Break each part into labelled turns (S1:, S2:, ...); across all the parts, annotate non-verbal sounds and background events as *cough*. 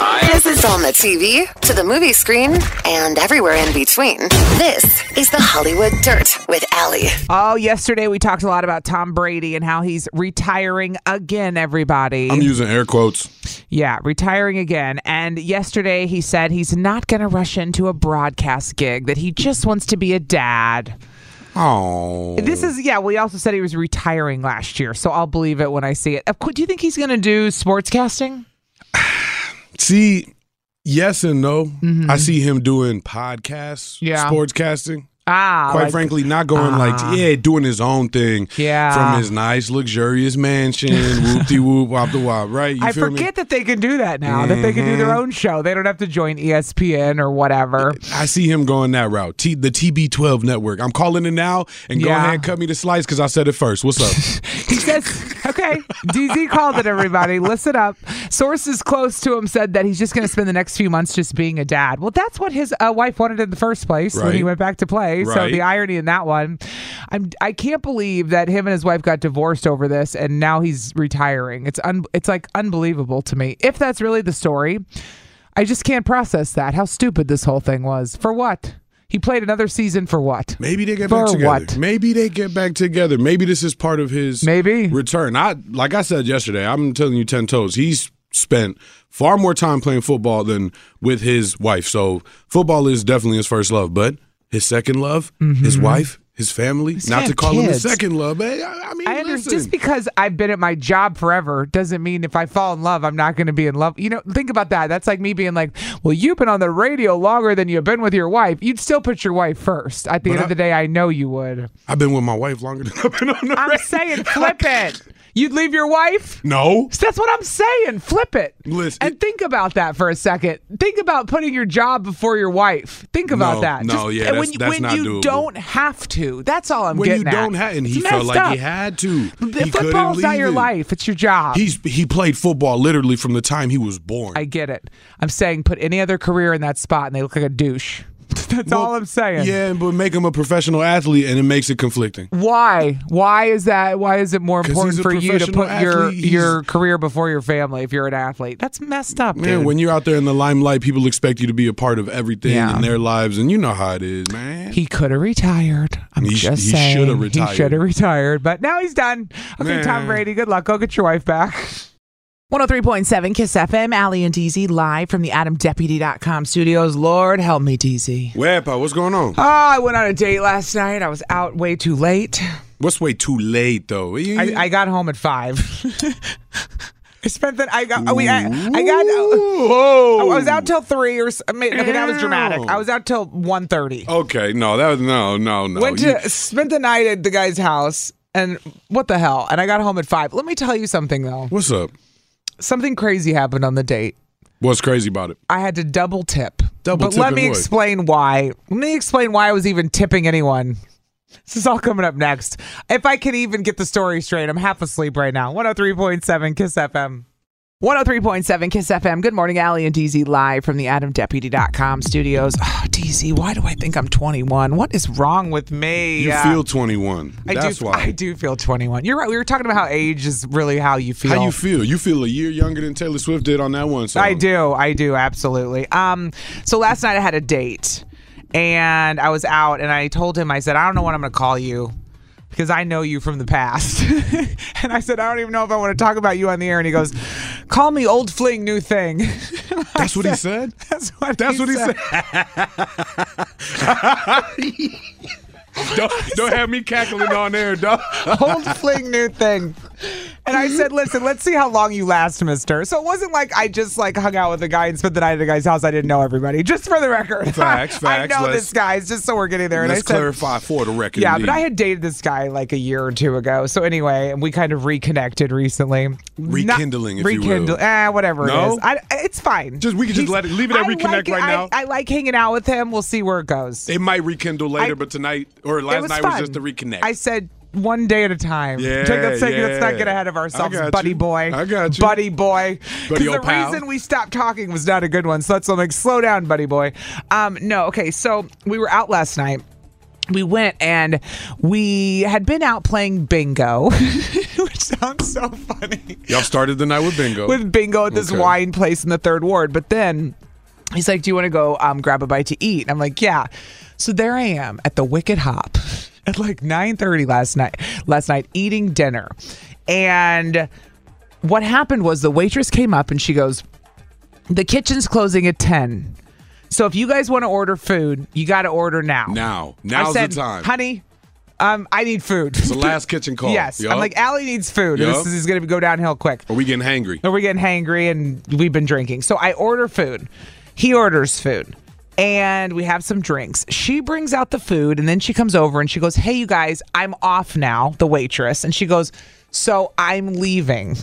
S1: Hi. This is on the TV, to the movie screen, and everywhere in between. This is the Hollywood Dirt with Allie.
S2: Oh, yesterday we talked a lot about Tom Brady and how he's retiring again, everybody.
S3: I'm using air quotes.
S2: yeah, retiring again. And yesterday he said he's not going to rush into a broadcast gig, that he just wants to be a dad.
S3: Oh,
S2: This is, yeah, well, he also said he was retiring last year, so I'll believe it when I see it. Of course, do you think he's going to do sportscasting?
S3: see, yes and no.
S2: Mm-hmm.
S3: I see him doing podcasts,
S2: Yeah.
S3: sportscasting.
S2: Ah,
S3: Quite
S2: like-
S3: frankly, not going like yeah, doing his own thing.
S2: Ah. Yeah.
S3: from his nice luxurious mansion,
S2: *laughs*
S3: whoop de whoop, wop de wop. Right? You
S2: I
S3: feel Mm-hmm.
S2: forget that they can do that now, that they can do their own show. They don't have to join E ESPN or whatever.
S3: me? I see him going that route. T- the TB12 network. I'm calling it now, and go
S2: Yeah.
S3: ahead and cut me the slice because I said it first. What's up?
S2: He says, okay, DZ called it, everybody. Listen up. Sources close to him said that he's just going to spend the next few months just being a dad. Well, that's what his uh, wife wanted in the first place when he
S3: Right.
S2: went back to play. So
S3: Right.
S2: the irony in that one. I'm, I can't believe that him and his wife got divorced over this and now he's retiring. It's, un- it's like unbelievable to me. If that's really the story, I just can't process that. How stupid this whole thing was. For what? He played another season for what?
S3: Maybe they get
S2: For
S3: back together.
S2: what?
S3: Maybe they get back together. Maybe this is part of his
S2: Maybe.
S3: return. I like I said yesterday. I'm telling you, ten toes. He's spent far more time playing football than with his wife. So football is definitely his first love, but his second love, his wife, his family. Not
S2: got
S3: to call him his
S2: Mm-hmm. kids.
S3: second love, but I, I mean,
S2: I under-
S3: listen.
S2: just because I've been at my job forever doesn't mean if I fall in love, I'm not going to be in love. You know, think about that. That's like me being like, well, you've been on the radio longer than you've been with your wife. You'd still put your wife first. At the end of
S3: I-
S2: the day, I know you would.
S3: I've been with my wife longer than *laughs* I've been on the
S2: I'm
S3: radio. *laughs*
S2: saying flip it. You'd leave your wife?
S3: No,
S2: So That's what I'm saying. Flip it.
S3: Listen-
S2: and think about that for a second. Think about putting your job before your wife. Think about
S3: No,
S2: that.
S3: no, yeah,
S2: and
S3: that's-
S2: when,
S3: that's
S2: when
S3: not
S2: you
S3: doable.
S2: don't have to. That's all I'm
S3: when
S2: getting
S3: you
S2: at.
S3: don't have, and he
S2: It's
S3: felt
S2: messed
S3: like
S2: up.
S3: he had to.
S2: The
S3: He couldn't
S2: football's not
S3: leave
S2: your
S3: it.
S2: life. It's your job.
S3: He's he played football literally from the time he was born.
S2: I get it. I'm saying put any other career in that spot and they look like a douche. *laughs* That's all
S3: Well,
S2: I'm saying.
S3: Yeah, but make him a professional athlete, and it makes it conflicting.
S2: Why? Why is that? Why is it more
S3: 'Cause
S2: important
S3: he's a
S2: for you to
S3: professional
S2: put your
S3: athlete. He's-
S2: your career before your family if you're an athlete? That's messed up,
S3: Man,
S2: dude.
S3: when you're out there in the limelight, people expect you to be a part of everything
S2: Yeah.
S3: in their lives, and you know how it is, man.
S2: he could have retired. I'm
S3: He sh-
S2: just
S3: he
S2: saying.
S3: shoulda
S2: He
S3: retired.
S2: should have retired, but now he's done. Okay, Tom
S3: Man.
S2: Brady, good luck. Go get your wife back.
S4: 103.7 Kiss FM, Allie and DZ live from the AdamDeputy.com studios. Lord help me, DZ.
S3: Wepa, uh, what's going on?
S2: Oh, I went on a date last night. I was out way too late.
S3: What's way too late though?
S2: I, I got home at five. *laughs* I spent that. I got. oh, We, I, I got. oh,
S3: Whoa.
S2: I was out till three or. s- I mean, okay, that was dramatic.
S3: Damn.
S2: I was out till one thirty.
S3: Okay, no, that was no, no, no.
S2: Went
S3: You-
S2: to spent the night at the guy's house, and what the hell? And I got home at five. Let me tell you something though.
S3: what's up?
S2: Something crazy happened on the date.
S3: What's crazy about it?
S2: I had to double tip.
S3: Double
S2: but let
S3: tipping
S2: me
S3: what?
S2: explain why. Let me explain why I was even tipping anyone. This is all coming up next. oh If I can even get the story straight, I'm half asleep right now. 103.7 Kiss FM.
S4: 103.7 Kiss FM. Good morning, Allie and DZ live from the AdamDeputy.com
S2: *sighs*
S4: studios. Oh, DZ, why do I think I'm 21? What is wrong with me?
S3: You
S4: Uh,
S3: feel 21.
S2: I
S3: That's
S2: do.
S3: why.
S2: I do feel 21. You're right. We were talking about how age is really how you feel.
S3: How you feel? You feel a year younger than Taylor Swift did on that one song.
S2: I do. I do absolutely. Um so last night I had a date and I was out and I told him I said I don't know when I'm going to call you because I know you from the past. *laughs* *laughs* and I said I don't even know if I want to talk about you on the air and he goes call me old fling new thing. *laughs*
S3: That's what he said.
S2: That's what
S3: That's
S2: he
S3: what he
S2: said.
S3: said.
S2: *laughs*
S3: *laughs* don't, don't have me cackling on
S2: *laughs*
S3: air, dog.
S2: old fling new thing. And I said, listen, let's see how long you last, mister. So it wasn't like I just like hung out with a guy and spent the night at a guy's house. I didn't know everybody. Just for the record. *laughs*
S3: Facts,
S2: I
S3: facts.
S2: know
S3: Let's-
S2: this guy. It's just so we're getting there. and I
S3: Let's
S2: said,
S3: clarify for the record.
S2: Yeah,
S3: indeed.
S2: but I had dated this guy like a year or two ago. So anyway, and we kind of reconnected recently. Not-
S3: Rekindling, if you will.
S2: rekindle, eh, whatever it
S3: No?
S2: is. I, it's fine.
S3: Just- we can just let it- leave it at
S2: I
S3: reconnect
S2: like it.
S3: right
S2: I-
S3: now.
S2: I, like hanging out with him. We'll see where it goes.
S3: It might rekindle later,
S2: I-
S3: but tonight or
S2: It
S3: last
S2: was
S3: night
S2: fun.
S3: was just to reconnect.
S2: I said one day at a time.
S3: Yeah,
S2: take, let's, take, let's not
S3: yeah.
S2: get ahead of
S3: I
S2: ourselves,
S3: got
S2: buddy
S3: you.
S2: boy.
S3: I got you.
S2: buddy boy. Because
S3: Buddy
S2: the
S3: old pal.
S2: reason we stopped talking was not a good one. So that's something. Slow down, buddy boy. Um, no, okay. So we were out last night. We went and we had been out playing bingo, *laughs* which sounds so funny
S3: Y'all started the night with bingo.
S2: *laughs* with bingo at this
S3: Okay.
S2: wine place in the third ward. But then he's like, Do you want to go um, grab a bite to eat? And I'm like, Yeah. So there I am at the Wicked Hop *laughs* at like 9:30 last night last night eating dinner. And what happened was the waitress came up and she goes, The kitchen's closing at 10. So if you guys want to order food, you gotta order now.
S3: now,
S2: I
S3: now's
S2: said,
S3: the time.
S2: Honey, um, I need food.
S3: it's the last kitchen call.
S2: Yes.
S3: Yup.
S2: I'm like, Allie needs food.
S3: Yup.
S2: This is gonna go downhill quick.
S3: Are we getting hangry?
S2: And we're getting hangry and we've been drinking. So I order food. He orders food. And we have some drinks. She brings out the food and then she comes over and she goes, Hey, you guys, I'm off now, the waitress. And she goes, So I'm leaving.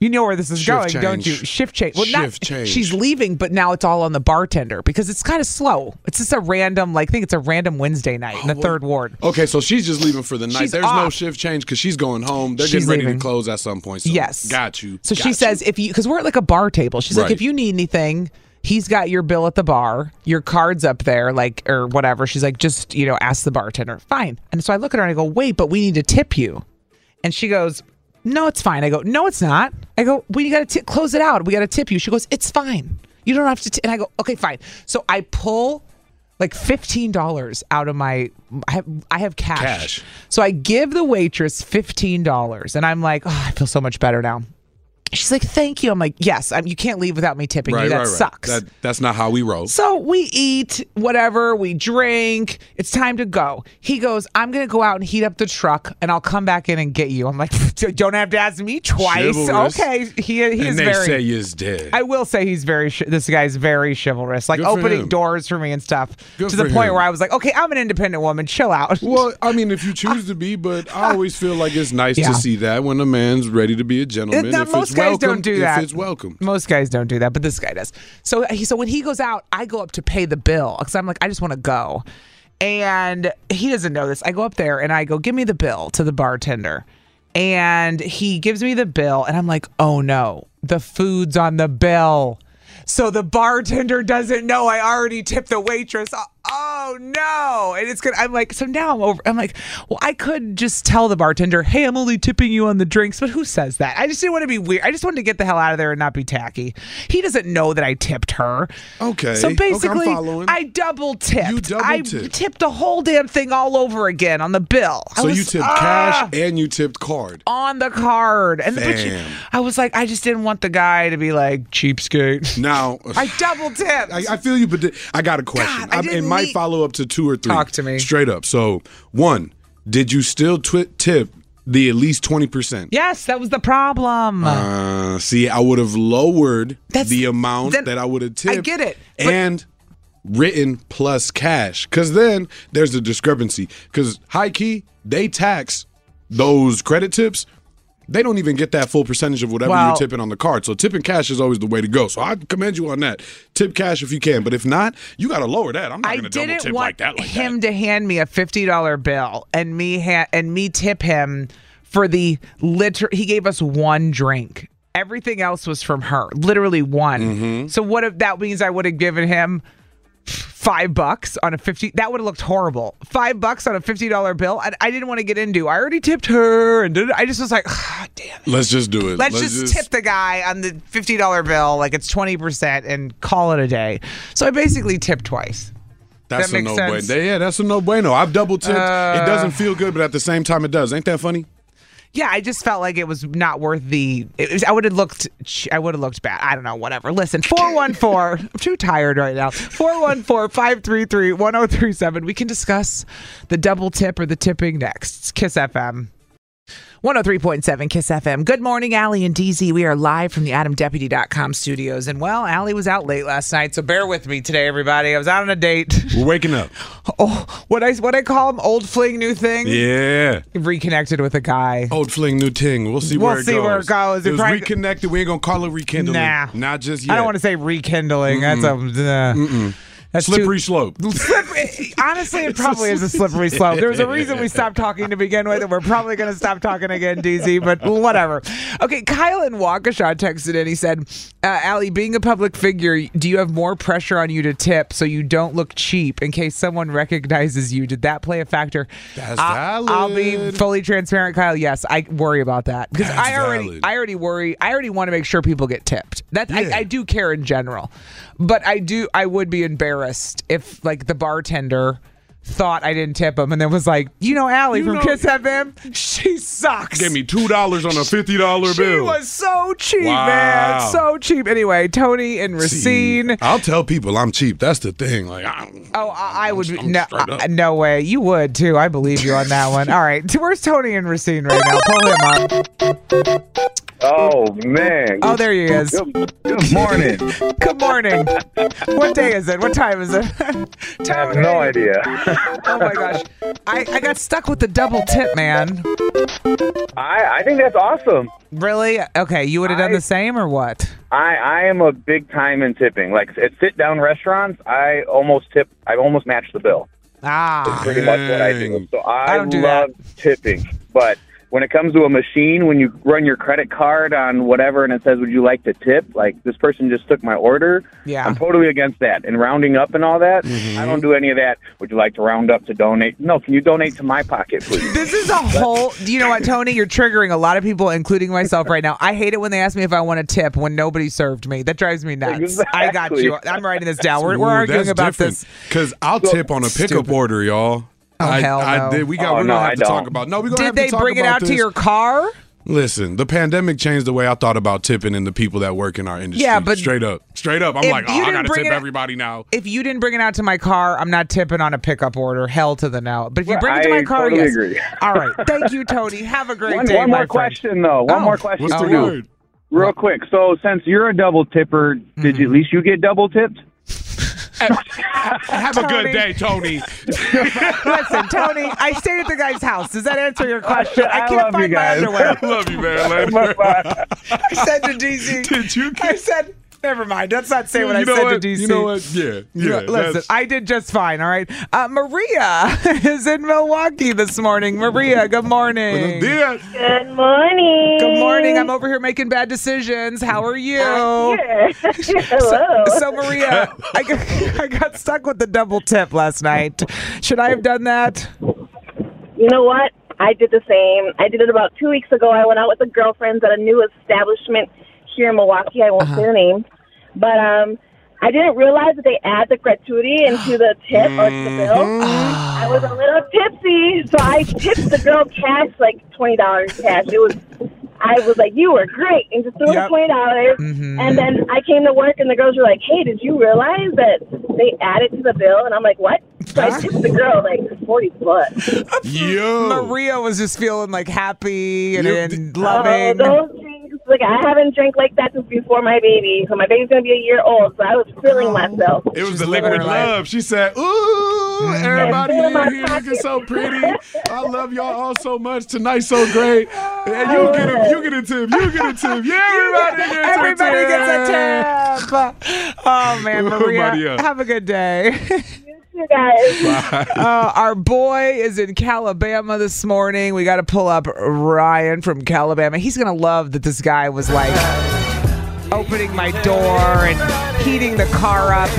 S2: You know where this is
S3: Shift
S2: going, don't
S3: change.
S2: you? Shift change. Well, not
S3: Shift change.
S2: she's leaving, but now it's all on the bartender because it's kind of slow. It's just a random, like, I think it's a random Wednesday night in
S3: Oh,
S2: the third ward.
S3: Okay, so she's just leaving for the night.
S2: She's
S3: There's no
S2: off.
S3: shift change because she's going home. They're
S2: She's
S3: getting ready
S2: leaving.
S3: to close at some point. So
S2: Yes.
S3: Got you.
S2: So
S3: got
S2: she
S3: you.
S2: says, if you, because we're at like a bar table, she's like,
S3: Right.
S2: if you need anything, he's got your bill at the bar, your card's up there, like, or whatever. She's like, just, you know, ask the bartender. Fine. And so I look at her and I go, wait, but we need to tip you. And she goes, no, it's fine. I go, no, it's not. I go, we got to close it out. We got to tip you. She goes, it's fine. You don't have to. T-. And I go, okay, fine. So I pull like fifteen dollars out of my. I have I have cash.
S3: Cash.
S2: So I give the waitress fifteen dollars, and I'm like, oh, I feel so much better now. She's like, thank you. I'm like, yes. I'm, you can't leave without me tipping you.
S3: right,
S2: That
S3: right, right.
S2: sucks.
S3: That, that's not how we roll.
S2: So we eat, whatever, we drink. It's time to go. He goes, I'm going to go out and heat up the truck and I'll come back in and get you. I'm like, *laughs* don't have to ask me twice.
S3: Chivalrous.
S2: Okay. He, he is
S3: and they
S2: very.
S3: say is dead.
S2: I will say he's very, chi- this guy's very chivalrous, like
S3: Good for
S2: opening
S3: him.
S2: doors for me and stuff
S3: Good
S2: to the
S3: for
S2: point
S3: him.
S2: where I was like, okay, I'm an independent woman. Chill out.
S3: well, I
S2: *laughs*
S3: mean, if you choose to be, but I always feel like it's nice
S2: Yeah.
S3: to see that when a man's ready to be a gentleman.
S2: It- now,
S3: if
S2: most
S3: it's
S2: guys
S3: welcome,
S2: don't do that.
S3: If it's welcome.
S2: Most guys don't do that, but this guy does. So he, so when he goes out, I go up to pay the bill because I'm like, I just want to go, and he doesn't know this. I go up there and I go, give me the bill to the bartender, and he gives me the bill, and I'm like, oh no, the food's on the bill. So the bartender doesn't know I already tipped the waitress. Oh, Oh no! And it's gonna. I'm like, so now I'm over. I'm like, well, I could just tell the bartender, hey, I'm only tipping you on the drinks. But who says that? I just didn't want to be weird. I just wanted to get the hell out of there and not be tacky. He doesn't know that I tipped her.
S3: Okay.
S2: So
S3: Okay, I'm
S2: basically,
S3: following.
S2: I double tipped.
S3: You double
S2: I
S3: tipped.
S2: tipped the whole damn thing all over again on the bill. I
S3: So you
S2: was-
S3: tipped
S2: ah!
S3: cash and you tipped card.
S2: on the card, and but you-
S3: Damn.
S2: I was like, I just didn't want the guy to be like cheapskate.
S3: Now
S2: *laughs* I
S3: *sighs*
S2: double tipped.
S3: I, I feel you, but th- I got a
S2: God,
S3: question.
S2: I
S3: I it
S2: didn't e-
S3: might
S2: need-
S3: follow up to two or three.
S2: Talk to me.
S3: Straight up. So, one, did you still twi- tip the at least 20%?
S2: yes, that was the problem.
S3: Uh, see, I would have lowered
S2: That's-
S3: the amount
S2: then-
S3: that I would have
S2: I
S3: tipped.
S2: get it, but-
S3: And written plus cash. Because then there's the discrepancy. Because high key, they tax those credit tips. They don't even get that full percentage of whatever
S2: Well-
S3: you're tipping on the card. So tipping cash is always the way to go. So I commend you on that. Tip cash if you can, but if not, you got to lower that. I'm not
S2: I
S3: going to double
S2: didn't
S3: tip
S2: want
S3: like that. Like
S2: him
S3: that.
S2: to hand me a fifty dollar bill and me ha- and me tip him for the liter. He gave us one drink. Everything else was from her, literally one. So what if that means I would have given him five bucks on a 50 that would have looked horrible five bucks on a $50 bill I, I didn't want to get into i already tipped her and did, i just was like ah, damn it
S3: Let's just do it.
S2: let's, just, tip the guy on the $50 bill like it's 20% and call it a day so i basically tipped twice
S3: That's
S2: that
S3: a
S2: makes
S3: no
S2: sense. Uh.
S3: bueno. Yeah, that's a no bueno. I've double tipped. it doesn't feel good, but at the same time, it does. Ain't that funny?
S2: yeah i just felt like it was not worth the it was, i would have looked ch- i would have looked bad i don't know whatever listen 414 i'm too tired right now 414-533-1037 we can discuss the double tip or the tipping next It's kiss fm 103.7 Kiss FM. Good morning, Allie and DZ. We are live from the AdamDeputy.com studios. And well, Allie was out late last night, so bear with me today, everybody. I was out on a date.
S3: We're
S2: *laughs*
S3: waking up.
S2: Oh, what I what I call them old fling, new thing.
S3: Yeah.
S2: Reconnected with a guy.
S3: Old fling, new ting. We'll see
S2: We'll
S3: where it goes.
S2: see where it goes.
S3: It was
S2: Probably-
S3: reconnected. We ain't gonna call it rekindling.
S2: Nah.
S3: Not just yet.
S2: I don't want to say rekindling.
S3: Hmm.
S2: That's a uh, that's too-
S3: Slippery slope.
S2: *laughs* Slippery- honestly, it probably is a slippery slope. There's a reason
S3: *laughs*
S2: we stopped talking to begin with, and we're probably going to stop talking again, DZ, but whatever. Okay, Kyle in Waukesha texted in. He said, uh, Allie, being a public figure, do you have more pressure on you to tip so you don't look cheap in case someone recognizes you? Did that play a factor?
S3: That's
S2: I'll, I'll be
S3: valid.
S2: fully transparent, Kyle. Yes, I worry about that because
S3: That's
S2: I already,
S3: valid.
S2: I already worry. I already want to make sure people get tipped. That I, I do care in general, but I do. I would be embarrassed if like the bartender thought I didn't tip him and then was like, you know, Allie from
S3: know-
S2: Kiss FM, she sucks.
S3: Gave me two dollars on a fifty dollar
S2: she
S3: bill.
S2: was so cheap,
S3: Wow.
S2: man, so cheap. Anyway, Tony and
S3: See,
S2: Racine.
S3: I'll tell people I'm cheap. That's the thing. Like, I'm,
S2: Oh, I, I would be
S3: I'm
S2: no,
S3: straight up.
S2: uh, no way. You would too. I believe you on that one. All right, *laughs* where's Tony and Racine right now? Pull him up.
S5: Oh man!
S2: Oh, there
S4: *laughs*
S2: he is.
S5: Good,
S2: *laughs*
S5: good morning.
S2: Good morning. what day is it? What time is it?
S5: I have no idea.
S2: Oh my gosh. I, I got stuck with the double tip, man.
S5: I I think that's awesome.
S2: Really? Okay, you would have done
S5: I-
S2: the same or what?
S5: I I am a big time in tipping. Like at sit down restaurants, I almost tip. I almost match the bill.
S2: Ah.
S5: Pretty much what I do.
S3: Dang.
S5: So I,
S2: I don't do
S5: love tipping, but. When it comes to a machine, when you run your credit card on whatever and it says, Would you like to tip? Like, this person just took my order.
S2: Yeah. Mm-hmm.
S5: I'm totally against that. And rounding up and all that, I don't do any of that. Would you like to round up to donate? No, can you donate to my pocket, please?
S2: This is a whole. You know what, Tony? You're triggering a lot of people, including myself, right now. I hate it when they ask me if I want a tip when nobody served me. That drives me nuts. *laughs* I got
S5: Exactly.
S2: you. I'm writing this down. We're, we're arguing about this.
S3: because I'll tip on a pickup
S2: Stupid.
S3: order, y'all.
S2: Oh,
S3: I,
S2: hell
S3: I
S2: no.
S3: did. We got.
S5: Oh,
S3: we're
S5: no,
S3: gonna have
S5: I
S3: to talk
S5: don't.
S3: about. No, we're gonna have
S2: Did
S3: to
S2: they
S3: talk
S2: bring it
S3: about
S2: out to
S3: this.
S2: your car?
S3: Listen, the pandemic changed the way I thought about tipping and the people that work in our industry.
S2: Yeah, but-
S3: straight up, straight up, I'm
S2: If
S3: like, oh,
S2: you
S3: I
S2: didn't
S3: gotta
S2: bring
S3: tip
S2: it out-
S3: everybody now.
S2: if you didn't bring it out to my car, I'm not tipping on a pickup order. Hell to the no. But if you
S5: Right,
S2: bring it to
S5: I
S2: my car,
S5: totally
S2: yes.
S5: agree.
S2: All right. Thank you, Tony. Have a great
S5: one,
S2: day.
S5: one
S2: my
S5: more
S2: friend.
S5: question though. One
S2: Oh.
S5: more question.
S3: What's
S5: for
S3: the
S5: you. *laughs*
S3: word?
S5: Real quick. So since you're a double tipper, did
S2: Mm-hmm.
S5: you, at least you get double tipped?
S3: Have a
S2: Tony.
S3: good day,
S2: *laughs*
S3: Tony.
S2: Listen, Tony, I stayed at the guy's house. Does that answer your question? I,
S5: I
S2: can't
S5: love
S2: find
S5: you guys.
S2: my underwear.
S3: *laughs* Love you,
S5: *laughs*
S3: man. Later.
S2: I said to DZ.
S3: Did you
S2: I
S3: get-
S2: said, never mind. Let's not say what
S3: you know
S2: I said
S3: what?
S2: to DZ.
S3: You know what? Yeah,
S2: You know-
S3: yeah.
S2: Listen,
S3: that's-
S2: I did just fine. All right. Uh, Maria *laughs* is in Milwaukee this morning. Maria, good morning.
S3: Yeah.
S6: Good morning.
S2: Good morning. I'm over here making bad decisions. How are
S6: *laughs*
S2: you?
S6: Hello.
S2: So Maria, I got, *laughs* I got stuck with the double tip last night. Should I have done that?
S6: you know what? I did the same. I did it about two weeks ago. I went out with the girlfriends at a new establishment here in Milwaukee. I won't say the name, but um, I didn't realize that they add the gratuity into the tip or to the bill. I was a little tipsy, so I tipped the girl cash like twenty dollars cash. It was. I was like, "You were great," and just threw
S2: Yep.
S6: her twenty dollars. And then I came to work, and the girls were like, "Hey, did you realize that they added to the bill?" And I'm like, "What?" So I tipped the girl like forty bucks.
S3: Yo.
S2: Maria was just feeling like happy and,
S3: You-
S2: and
S6: Oh,
S2: loving.
S6: those drinks. Like, I haven't drank like that since before my baby. So my baby's going to be a year old. So I was
S2: Oh.
S6: feeling myself.
S3: It was
S2: She's
S3: the
S2: living
S3: liquid
S2: her life.
S3: love. She said, "Ooh, everybody in here looking so pretty. I love y'all all so much. Tonight's so great. And you get a, you get a tip. You get a tip. Yeah,
S2: *laughs*
S3: everybody gets a
S2: Everybody
S3: tip.
S2: gets a tip. Oh man,
S3: Ooh,
S2: Maria,
S3: Maria.
S2: have a good day.
S6: you guys.
S2: Uh, our boy is in Calabama this morning. We got to pull up Ryan from Calabama. He's going to love that this guy was like opening my door and heating the car up.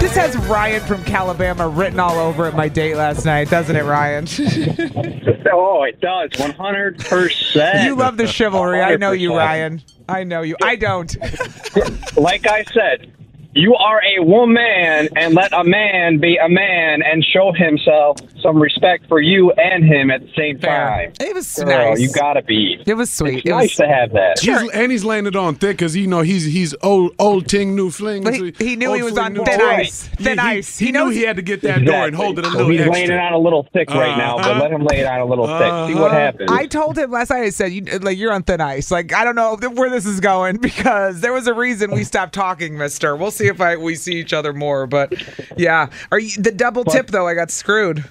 S2: This has Ryan from Calabama written all over it my date last night, doesn't it, Ryan? *laughs*
S4: *laughs* Oh, it does. 100%.
S2: you love the chivalry. I know you, Ryan. I know you. I don't.
S4: *laughs* Like I said, you are a woman, and let a man be a man and show himself some respect for you and him at the same time.
S2: It was
S4: Girl,
S2: nice.
S4: you gotta be.
S2: it was sweet. It
S4: Nice
S2: was
S4: to have that.
S3: He's, and he's laying it on thick because you know he's he's old old ting new fling.
S2: But he- he knew
S3: Old
S2: he was
S3: fling,
S2: on
S3: new
S2: thin
S3: ting.
S2: ice.
S3: Yeah,
S2: Thin
S3: he-
S2: ice.
S3: He,
S2: He
S3: knew
S2: knows-
S3: he had to get that door and hold it a
S4: Exactly.
S3: little
S4: He's
S3: extra.
S4: laying it on a little thick right now, but
S3: Uh-huh.
S4: let him lay it on a little thick. See what happens.
S2: I told him last night. I said, you, "Like you're on thin ice. Like I don't know th- where this is going *laughs* because there was a reason we stopped talking, Mister. We'll see if I we see each other more. But yeah, are you the double tip though? I got screwed.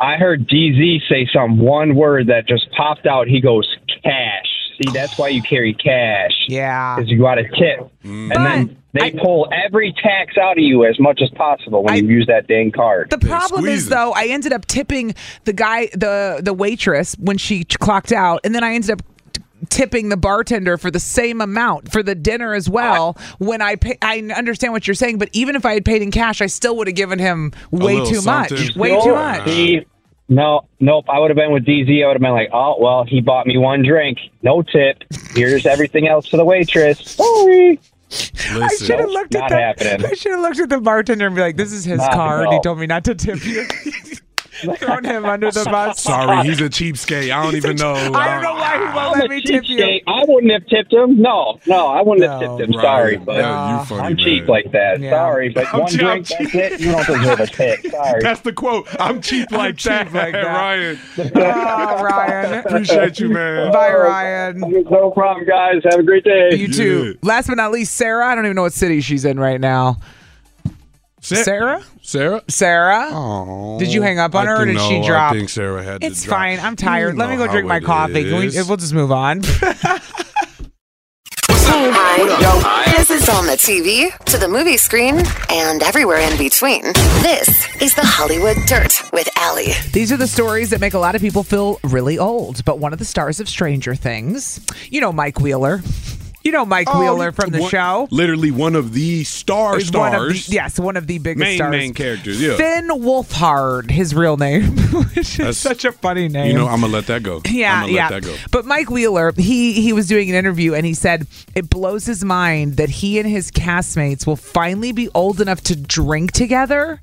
S4: I heard DZ say some one word that just popped out. He goes, cash. See, that's why you carry cash.
S2: Yeah.
S4: Because you got a tip. And then they pull every tax out of you as much as possible when you use that dang card.
S2: The problem
S3: squeeze
S2: is
S3: it.
S2: though, I ended up tipping the guy, the the waitress when she ch- clocked out, and then I ended up t- tipping the bartender for the same amount for the dinner as well. when I pay, I understand what you're saying, but even if I had paid in cash, I still would have given him way
S3: little
S2: too much.
S3: something.
S2: Way
S4: No,
S2: too much.
S4: see, no, nope. I would have been with DZ. I would have been like, oh, well, he bought me one drink. No tip. Here's everything else to the waitress. Sorry.
S2: I
S3: Listen.
S2: should have looked
S4: not
S2: at the,
S4: happening.
S2: I should have looked at the bartender and be like, "This is his
S4: Not at
S2: card. He
S4: all.
S2: told me not to tip you." Thrown him under the bus.
S3: Sorry, he's a cheapskate. I don't even know.
S2: I don't know *laughs* why he won't
S4: I'm
S2: let
S4: a
S2: me tip you.
S4: cheapskate. I wouldn't have tipped him. No, no, I wouldn't
S2: No.
S4: have tipped him. Sorry,
S3: Right.
S4: but
S3: Yeah, you funny,
S4: I'm
S3: man.
S4: cheap like that.
S2: Yeah.
S4: Sorry, but
S3: I'm
S4: one
S3: cheap-
S4: drink,
S3: I'm
S4: that's
S2: *laughs*
S4: it. You don't deserve a tip. Sorry.
S3: That's the quote. I'm cheap like
S2: cheap
S3: that, *laughs*
S2: like that.
S3: Ryan.
S2: Oh, *laughs* Ryan.
S4: *laughs*
S3: Appreciate you, man.
S2: Bye, Ryan.
S4: no problem, guys. Have a great day.
S2: You too. Last but not least, Sarah. I don't even know what city she's in right now.
S3: Sa-
S2: Sarah?
S3: Sarah.
S2: Sarah?
S3: Aw.
S2: Did you hang up on
S3: I
S2: her or
S3: think-
S2: did she
S3: no,
S2: drop?
S3: I think Sarah had. to
S2: it's
S3: drop.
S2: fine. I'm tired.
S3: You
S2: Let me
S3: know
S2: go drink
S3: how
S2: my
S3: it
S2: coffee. Can we,
S3: is.
S2: we'll just move
S3: *laughs*
S2: on.
S1: This is on the TV, to the movie screen, and everywhere in between. This is the Hollywood Dirt with Allie.
S2: These are the stories that make a lot of people feel really old. But one of the stars of Stranger Things, you know Mike Wheeler. You know Mike
S3: Oh,
S2: Wheeler from the
S3: One-
S2: show.
S3: Literally one of the star
S2: He's one
S3: stars.
S2: of the- yes, one of the biggest
S3: Main-
S2: stars.
S3: main characters, yeah.
S2: Finn Wolfhard, his real name, *laughs* which is
S3: That's-
S2: such a funny name.
S3: You know, I'm gonna let that go.
S2: *laughs* Yeah,
S3: I'm gonna
S2: yeah.
S3: let that go.
S2: But Mike Wheeler, he he was doing an interview and he said it blows his mind that he and his castmates will finally be old enough to drink together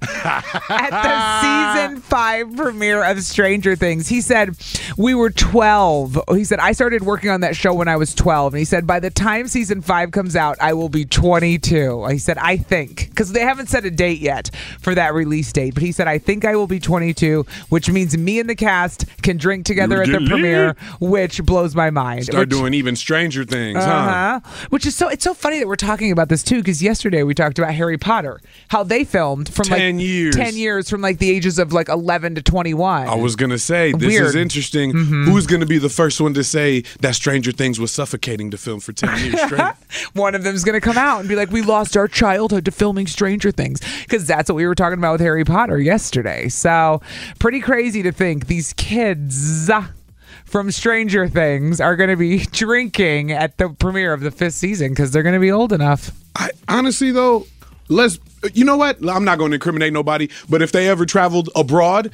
S2: at the season 5 premiere of Stranger Things. He said, "We were 12." He said, "I started working on that show when I was 12." And he said, "By the time season 5 comes out, I will be 22." He said, "I think cuz they haven't set a date yet for that release date, but he said, "I think I will be 22, which means me and the cast can drink together at the
S3: Really?
S2: premiere, which blows my mind."
S3: Start
S2: Which-
S3: doing even stranger things, huh?
S2: uh-huh. Which is so it's so funny that we're talking about this too, because yesterday we talked about Harry Potter, how they filmed from
S3: 10
S2: like
S3: years.
S2: ten years from like the ages of like eleven to twenty one.
S3: I was gonna say this
S2: Weird. Mm-hmm.
S3: is interesting. Who's gonna be the first one to say that Stranger Things was suffocating to film for ten
S2: *laughs*
S3: years straight?
S2: One of them's gonna come out and be like, "We lost our childhood to filming Stranger Things," because that's what we were talking about with Harry Potter yesterday. So pretty crazy to think these kids. uh, From Stranger Things are going to be *laughs* drinking at the premiere of the fifth season because they're going to be old enough.
S3: I, honestly, though, let's. You know what? I'm not going to incriminate nobody, but if they ever traveled abroad,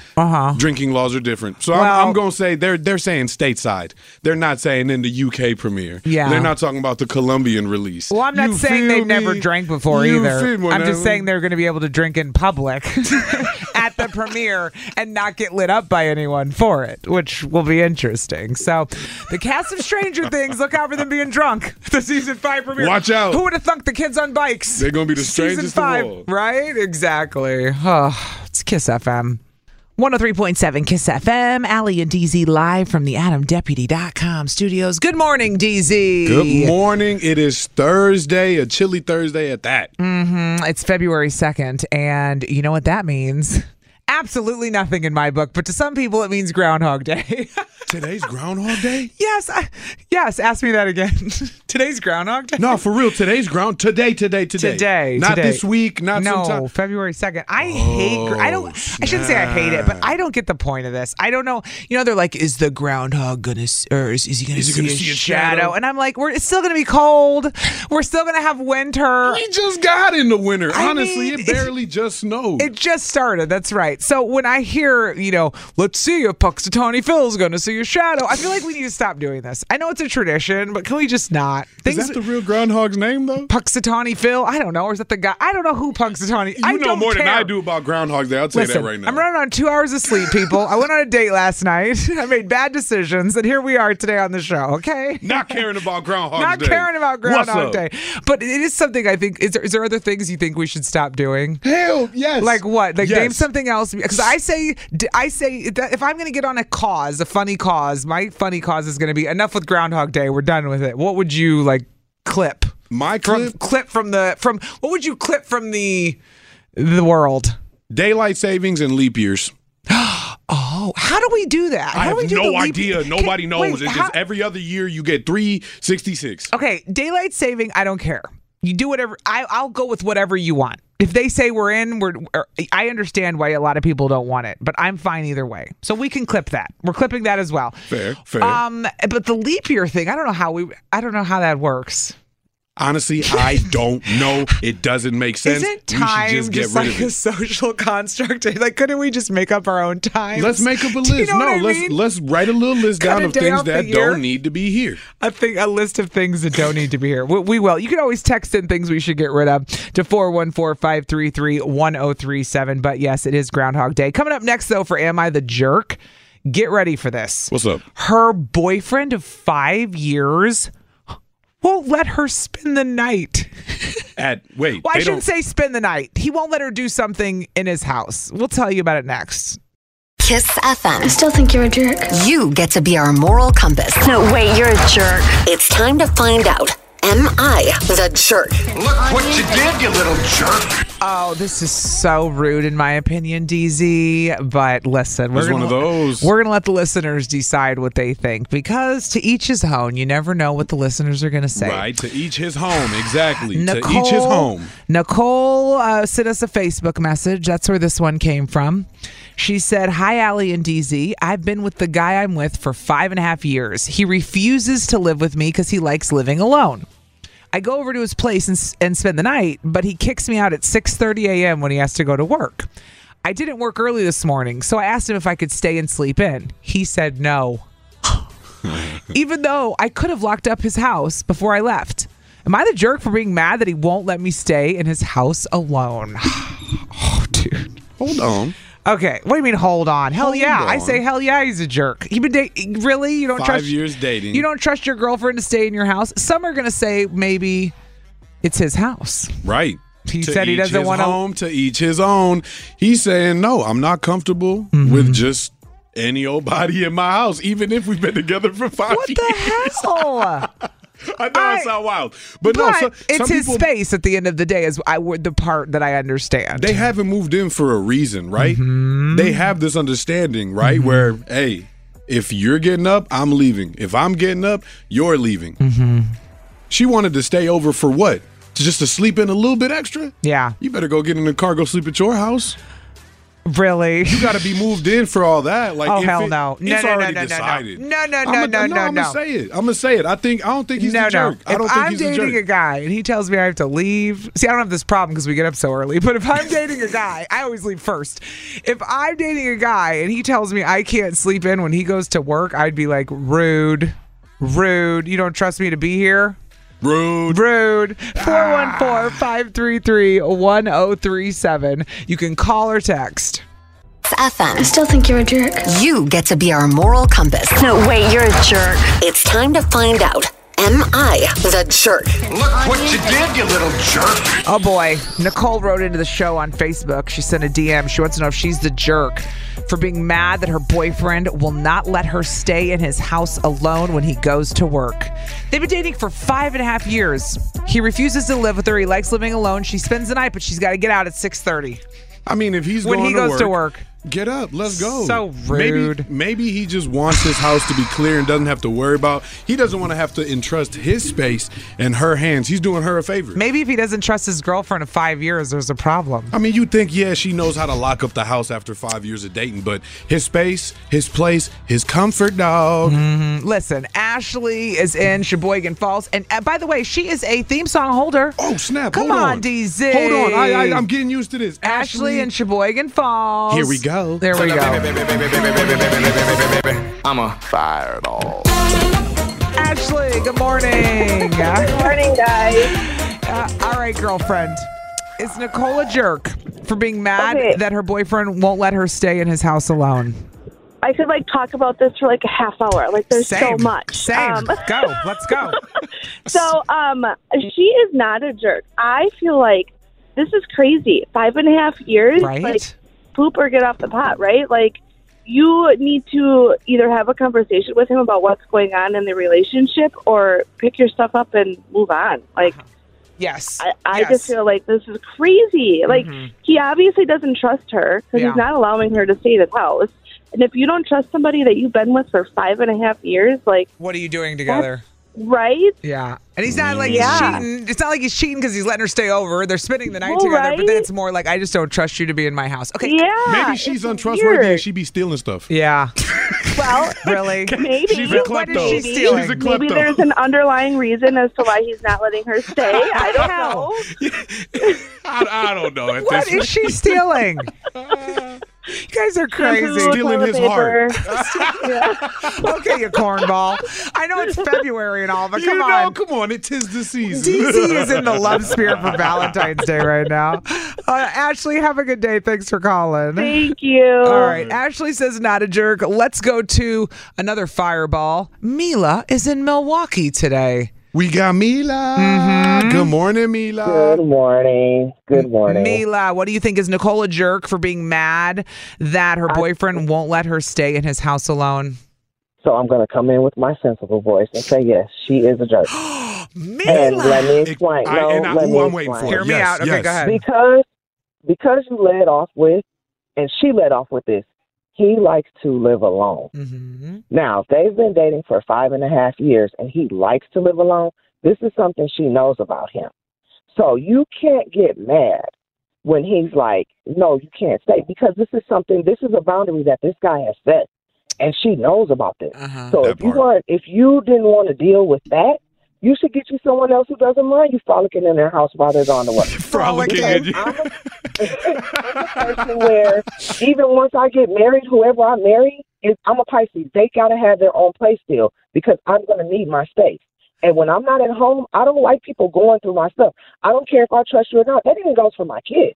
S3: drinking laws are different. So
S2: Uh-huh. Well-
S3: I'm, I'm going to say they're they're saying stateside. They're not saying in the UK premiere.
S2: Yeah.
S3: They're not talking about the Colombian release.
S2: Well, I'm not
S3: You
S2: saying
S3: feel
S2: they
S3: me?
S2: never drank before
S3: You
S2: either.
S3: feel me
S2: I'm
S3: now?
S2: just saying they're going to be able to drink in public *laughs* at the premiere and not get lit up by anyone for it, which will be interesting. So, the cast of Stranger Things, look out for them being drunk. *laughs* The season five premiere.
S3: Watch out.
S2: Who would have thunk the kids on bikes?
S3: They're gonna be the
S2: season
S3: strangest of
S2: five,
S3: all.
S2: right? Exactly. Oh, it's Kiss FM. 103.7 Kiss FM, Allie and DZ live from the AdamDeputy.com studios. Good morning, DZ.
S3: Good morning. It is Thursday, a chilly Thursday at that. *laughs*
S2: Mm-hmm. It's February 2nd, and you know what that means? Absolutely nothing in my book, but to some people it means Groundhog Day. *laughs*
S3: Today's Groundhog Day?
S2: Yes, I, yes. Ask me that again. *laughs* Today's Groundhog Day.
S3: No, for real. Today's ground. Today, today, today.
S2: Today,
S3: Not
S2: today.
S3: this week. Not
S2: no,
S3: sometime. Oh,
S2: February 2nd. I hate gr- I don't I shouldn't say I hate it, but I don't get the point of this. I don't know. You know they're like is the groundhog going to or is, is he going to
S3: Is he
S2: see,
S3: gonna
S2: a
S3: see a
S2: shadow?
S3: shadow?
S2: And I'm like, we're it's still going to be cold. We're still going to have winter.
S3: We just got in the winter.
S2: I
S3: Honestly,
S2: mean,
S3: it barely just snowed.
S2: It just started. That's right. So when I hear, you know, let's see if Puxatawny Phil's going to see a shadow, I feel like we need to stop doing this. I know it's a tradition, but can we just not?
S3: Is that the real groundhog's name though?
S2: Puxatawny Phil? I don't know. Or is that the guy? I don't know who Puxatawny. I
S3: you know
S2: don't
S3: more than I
S2: care.
S3: do about groundhogs. Day. I'll tell
S2: Listen,
S3: you that right now.
S2: I'm running on two hours of sleep, people. I went on a date last night. *laughs* I made bad decisions, and here we are today on the show. Okay.
S3: Not caring about groundhog.
S2: Not
S3: Day.
S2: caring about
S3: What's
S2: Groundhog
S3: up?
S2: Day, but it is something I think. Is there, is there other things you think we should stop doing?
S3: Hell yes.
S2: Like what? Like
S3: Yes.
S2: name something else. Because I say, d- I say that if I'm going to get on a cause, a funny cause, my funny cause is going to be enough with Groundhog Day. We're done with it. What would you like clip?
S3: My
S2: From
S3: clip.
S2: clip from the from what would you clip from the the world?
S3: Daylight savings and leap years.
S2: Oh, how do we do that? How
S3: I
S2: do
S3: have
S2: we do the
S3: no
S2: leap-
S3: idea.
S2: Can-
S3: Nobody knows.
S2: wait,
S3: it's
S2: how-
S3: just every other year you get three sixty six.
S2: okay, daylight saving. I don't care. You do whatever. I, I'll go with whatever you want. If they say we're in, we're. er, I understand why a lot of people don't want it, but I'm fine either way. So we can clip that. We're clipping that as well.
S3: Fair, fair.
S2: Um, but the leap year thing, I don't know how we. I don't know how that works.
S3: Honestly, I *laughs* don't know. It doesn't make sense.
S2: Isn't
S3: We should
S2: time
S3: just get rid
S2: like
S3: of
S2: a
S3: it.
S2: social *laughs* construct? Like, couldn't we just make up our own time?
S3: Let's make up a list.
S2: *laughs* Do you know
S3: no,
S2: what I
S3: let's
S2: mean?
S3: let's write a little list
S2: Cut
S3: down
S2: a
S3: of
S2: day
S3: things
S2: off the
S3: that
S2: year.
S3: don't need to be here.
S2: a thing a list of things that don't need to be here. We, we will. You can always text in things we should get rid of to 414-533-1037. But yes, it is Groundhog Day. Coming up next though for Am I the Jerk? Get ready for this.
S3: What's up?
S2: Her boyfriend of 5 years won't let her spend the night.
S3: At wait,
S2: Well, I
S3: they don't-
S2: shouldn't say spend the night. He won't let her do something in his house. We'll tell you about it next.
S1: Kiss FM.
S7: Still think you're a jerk.
S1: You get to be our moral compass.
S7: No, wait, you're a jerk.
S1: It's time to find out. Am I the jerk?
S8: Look what you did, you little jerk.
S2: Oh, this is so rude, in my opinion, DZ. But listen, we're
S3: It's
S2: gonna
S3: one of those.
S2: We're gonna let the listeners decide what they think because to each his own. You never know what the listeners are gonna say.
S3: right to each his home. Exactly
S2: Nicole,
S3: to each his home.
S2: Nicole uh, sent us a Facebook message. That's where this one came from. She said, Hi, Allie and DZ. I've been with the guy I'm with for five and a half years. He refuses to live with me because he likes living alone. I go over to his place and, s- and spend the night, but he kicks me out at 6:30 a.m. when he has to go to work. I didn't work early this morning, so I asked him if I could stay and sleep in. He said no
S5: *laughs*
S2: *laughs* even though I could have locked up his house before I left. Am I the jerk for being mad that he won't let me stay in his house alone? *sighs* oh, dude.
S3: Hold on.
S2: Okay, what do you mean? Hold on. Hell
S3: Hold
S2: yeah, I
S3: on.
S2: say hell yeah. He's a jerk. He been dating really? You don't
S3: Five
S2: trust
S3: years dating.
S2: You don't trust your girlfriend to stay in your house. Some are gonna say maybe it's his house.
S3: Right.
S2: He said he
S3: each
S2: doesn't
S3: his
S2: wanna-
S3: home to each his own. He's saying no. I'm not comfortable
S2: Mm-hmm.
S3: with just any old body in my house, even if we've been together for five
S2: What
S3: years.
S2: the hell?
S3: I know
S2: I-
S3: it sounds wild, *laughs* but, no.
S2: But
S3: So,
S2: it's
S3: some
S2: his
S3: people,
S2: space. At the end of the day, is I would the part that I understand.
S3: They haven't moved in for a reason, right?
S2: Mm-hmm.
S3: They have this understanding, right? Where hey, if you're getting up, I'm leaving. If I'm getting up, you're leaving.
S2: Mm-hmm.
S3: She wanted to stay over for what? Just to sleep in a little bit extra?
S2: yeah,
S3: You better go get in the car, go sleep at your house.
S2: really.
S3: You gotta be moved in for all that. Like,
S2: Oh,
S3: if
S2: hell
S3: it-
S2: no. No, no,
S3: it's
S2: no,
S3: already
S2: no, no, no.
S3: decided.
S2: No, no, no,
S3: I'ma-
S2: no, no,
S3: I'm
S2: no.
S3: gonna say it. I'm gonna say it. I think I don't think he's
S2: no,
S3: the jerk.
S2: no.
S3: I don't
S2: if
S3: think
S2: I'm
S3: he's
S2: dating
S3: the jerk.
S2: a guy and he tells me I have to leave, see, I don't have this problem because we get up so early. But if I'm dating a guy, I always leave first. If I'm dating a guy and he tells me I can't sleep in when he goes to work, I'd be like, rude, rude. You don't trust me to be here.
S3: Rude. Ah.
S2: Rude. 414 533 1037. You can call or text.
S1: Kiss FM.
S7: Still think you're a jerk.
S1: You get to be our moral compass.
S7: No, wait, you're a jerk.
S1: It's time to find out. Am I the jerk?
S8: Look what you did, you little jerk.
S2: Oh boy. Nicole wrote into the show on Facebook. She sent a DM. She wants to know if she's the jerk for being mad that her boyfriend will not let her stay in his house alone when he goes to work. They've been dating for five and a half years. He refuses to live with her. He likes living alone. She spends the night, but she's got to get out at 6.30
S3: I mean, if he's
S2: when
S3: going
S2: he
S3: to
S2: goes
S3: work,
S2: to work.
S3: Get up, let's go.
S2: So rude.
S3: Maybe, maybe he just wants his house to be clear and doesn't have to worry about. He doesn't want to have to entrust his space and her hands. He's doing her a favor.
S2: Maybe if he doesn't trust his girlfriend of five years, there's a problem.
S3: I mean, you think yeah, she knows how to lock up the house after five years of dating, but his space, his place, his comfort, dog.
S2: Mm-hmm. Listen, Ashley is in Sheboygan Falls, and uh, by the way, she is a theme song holder.
S3: Oh snap!
S2: Come
S3: Hold
S2: on,
S3: on,
S2: DZ.
S3: Hold on, I, I, I'm getting used to this.
S2: Ashley in Sheboygan Falls.
S3: Here we go.
S2: There we go.
S8: I'm a fireball.
S2: Ashley, good morning.
S6: *laughs* Good morning, guys.
S2: Uh, all right, girlfriend. Is Nicole a jerk for being mad
S6: Okay.
S2: that her boyfriend won't let her stay in his house alone?
S6: I could like talk about this for like a half hour. Like there's so
S2: Same.
S6: much.
S2: Same.
S6: Um,
S2: go. Let's
S6: *laughs*
S2: go.
S6: So, um, she is not a jerk. I feel like this is crazy. Five and a half years,
S2: Right?
S6: like poop or get off the pot, right? Like you need to either have a conversation with him about what's going on in the relationship, or pick your stuff up and move on. Like
S2: yes.
S6: I, I
S2: yes. Mm-hmm.
S6: just feel like this is crazy. Like he obviously doesn't trust her because
S2: Yeah.
S6: he's not allowing her to stay in his house. And if you don't trust somebody that you've been with for five and a half years, like
S2: What are you doing together?
S6: right,
S2: Yeah, and he's not like
S6: Yeah.
S2: he's cheating. It's not like he's cheating because he's letting her stay over. They're spending the night
S6: Well,
S2: together, but then
S6: right?
S2: it's more like I just don't trust you to be in my house. Okay.
S6: yeah, *laughs*
S3: Maybe she's
S6: it's
S3: untrustworthy
S6: weird.
S3: and she be stealing stuff.
S2: Yeah.
S6: well,
S2: *laughs* really.
S6: maybe
S3: She's a
S2: What is
S3: klepto.
S2: she
S6: Maybe.
S2: stealing?
S3: She's a
S6: maybe
S3: klepto.
S6: there's an underlying reason as to why he's not letting her stay.
S2: *laughs*
S6: I don't know.
S3: I, I don't know.
S2: *laughs*
S3: At
S2: What is she stealing? you guys are crazy.
S3: Shampoo. Stealing his heart.
S2: *laughs* okay, you
S3: *laughs*
S2: cornball. *laughs* I know it's February and all, but
S3: you
S2: come
S3: know,
S2: on.
S3: come on, it is the season.
S2: DC is in the love spirit for Valentine's Day right
S3: *laughs*
S2: now. Uh, Ashley, have a good day. Thanks for calling.
S6: Thank you.
S2: All right. Ashley says not a jerk. Let's go to another fireball. Mila is in Milwaukee today.
S3: we got Mila.
S2: Mm-hmm.
S3: Good morning, Mila.
S5: morning. Good
S2: Mm,
S5: morning.
S2: Mila, what do you think? Is Nicole a jerk for being mad that her boyfriend won't let her stay in his house alone?
S5: So I'm going to come in with my sensible voice and say, yes, she is a jerk. And
S2: Mila!
S5: let me
S3: It-
S5: explain.
S3: I-
S5: no,
S3: and I-
S5: let
S3: ooh,
S5: me
S3: I'm waiting
S5: explain.
S3: for it.
S2: Hear me
S3: Yes,
S2: out. Okay,
S3: yes.
S2: go ahead.
S5: Because because you led off with, and she led off with this. He likes to live alone.
S2: Mhm.
S5: Now, if they've been dating for five and a half years and he likes to live alone, this is something she knows about him. So you can't get mad when he's like, no, you can't stay because this is something, this is a boundary that this guy has set and she knows about this.
S2: Uh-huh.
S5: So
S3: That
S5: if you,
S3: part.
S5: weren't, if you didn't want to deal with that, you should get you someone else who doesn't mind you frolicking in their house while they're gone to work.
S3: Frolicking
S5: Because
S3: in you.
S5: I'm a- I'm a person where even once I get married, whoever I marry, is I'm a Pisces. They gotta have their own place still because I'm gonna need my space. And when I'm not at home, I don't like people going through my stuff. I don't care if I trust you or not. That even goes for my kids.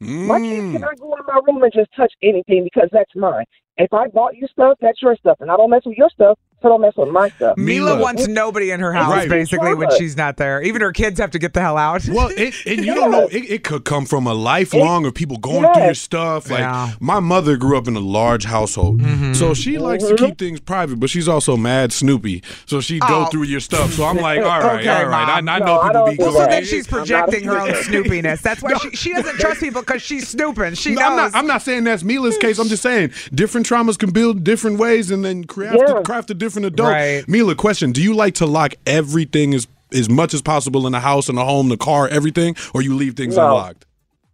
S5: My kids
S3: Mm.
S5: cannot go in my room and just touch anything because that's mine. If I bought you stuff, that's your stuff, and I don't mess with your stuff, so don't mess with my stuff.
S2: Mila,
S3: Mila.
S2: wants nobody in her house,
S3: Right.
S2: basically, when she's not there. Even her kids have to get the hell out.
S3: Well, it,
S2: *laughs*
S3: and you don't know, it, it could come from a lifelong of people going through
S5: yes.
S3: your stuff. Like,
S2: Yeah. Mm-hmm.
S3: my mother grew up in a large household, so she likes to keep things private, but she's also mad Snoopy. So she go
S2: Oh.
S3: through your stuff. So I'm
S2: *laughs*
S3: like, all right,
S2: Okay,
S3: all right.
S2: Mom.
S3: I, I
S5: No,
S3: know
S5: I
S3: people
S5: don't
S3: be
S5: do
S3: going.
S2: So
S5: Right.
S2: then she's
S5: I'm not
S2: projecting her own
S5: a-
S2: snoopiness. That's why she, she doesn't trust people because she's snooping. She
S3: No,
S2: knows.
S3: I'm not. I'm not saying that's Mila's case. I'm just saying different traumas can build different ways, and then craft
S5: Yeah.
S3: craft a different adult.
S2: Right.
S3: Mila, question: Do you like to lock everything as as much as possible in the house, in the home, the car, everything, or you leave things
S5: No.
S3: unlocked?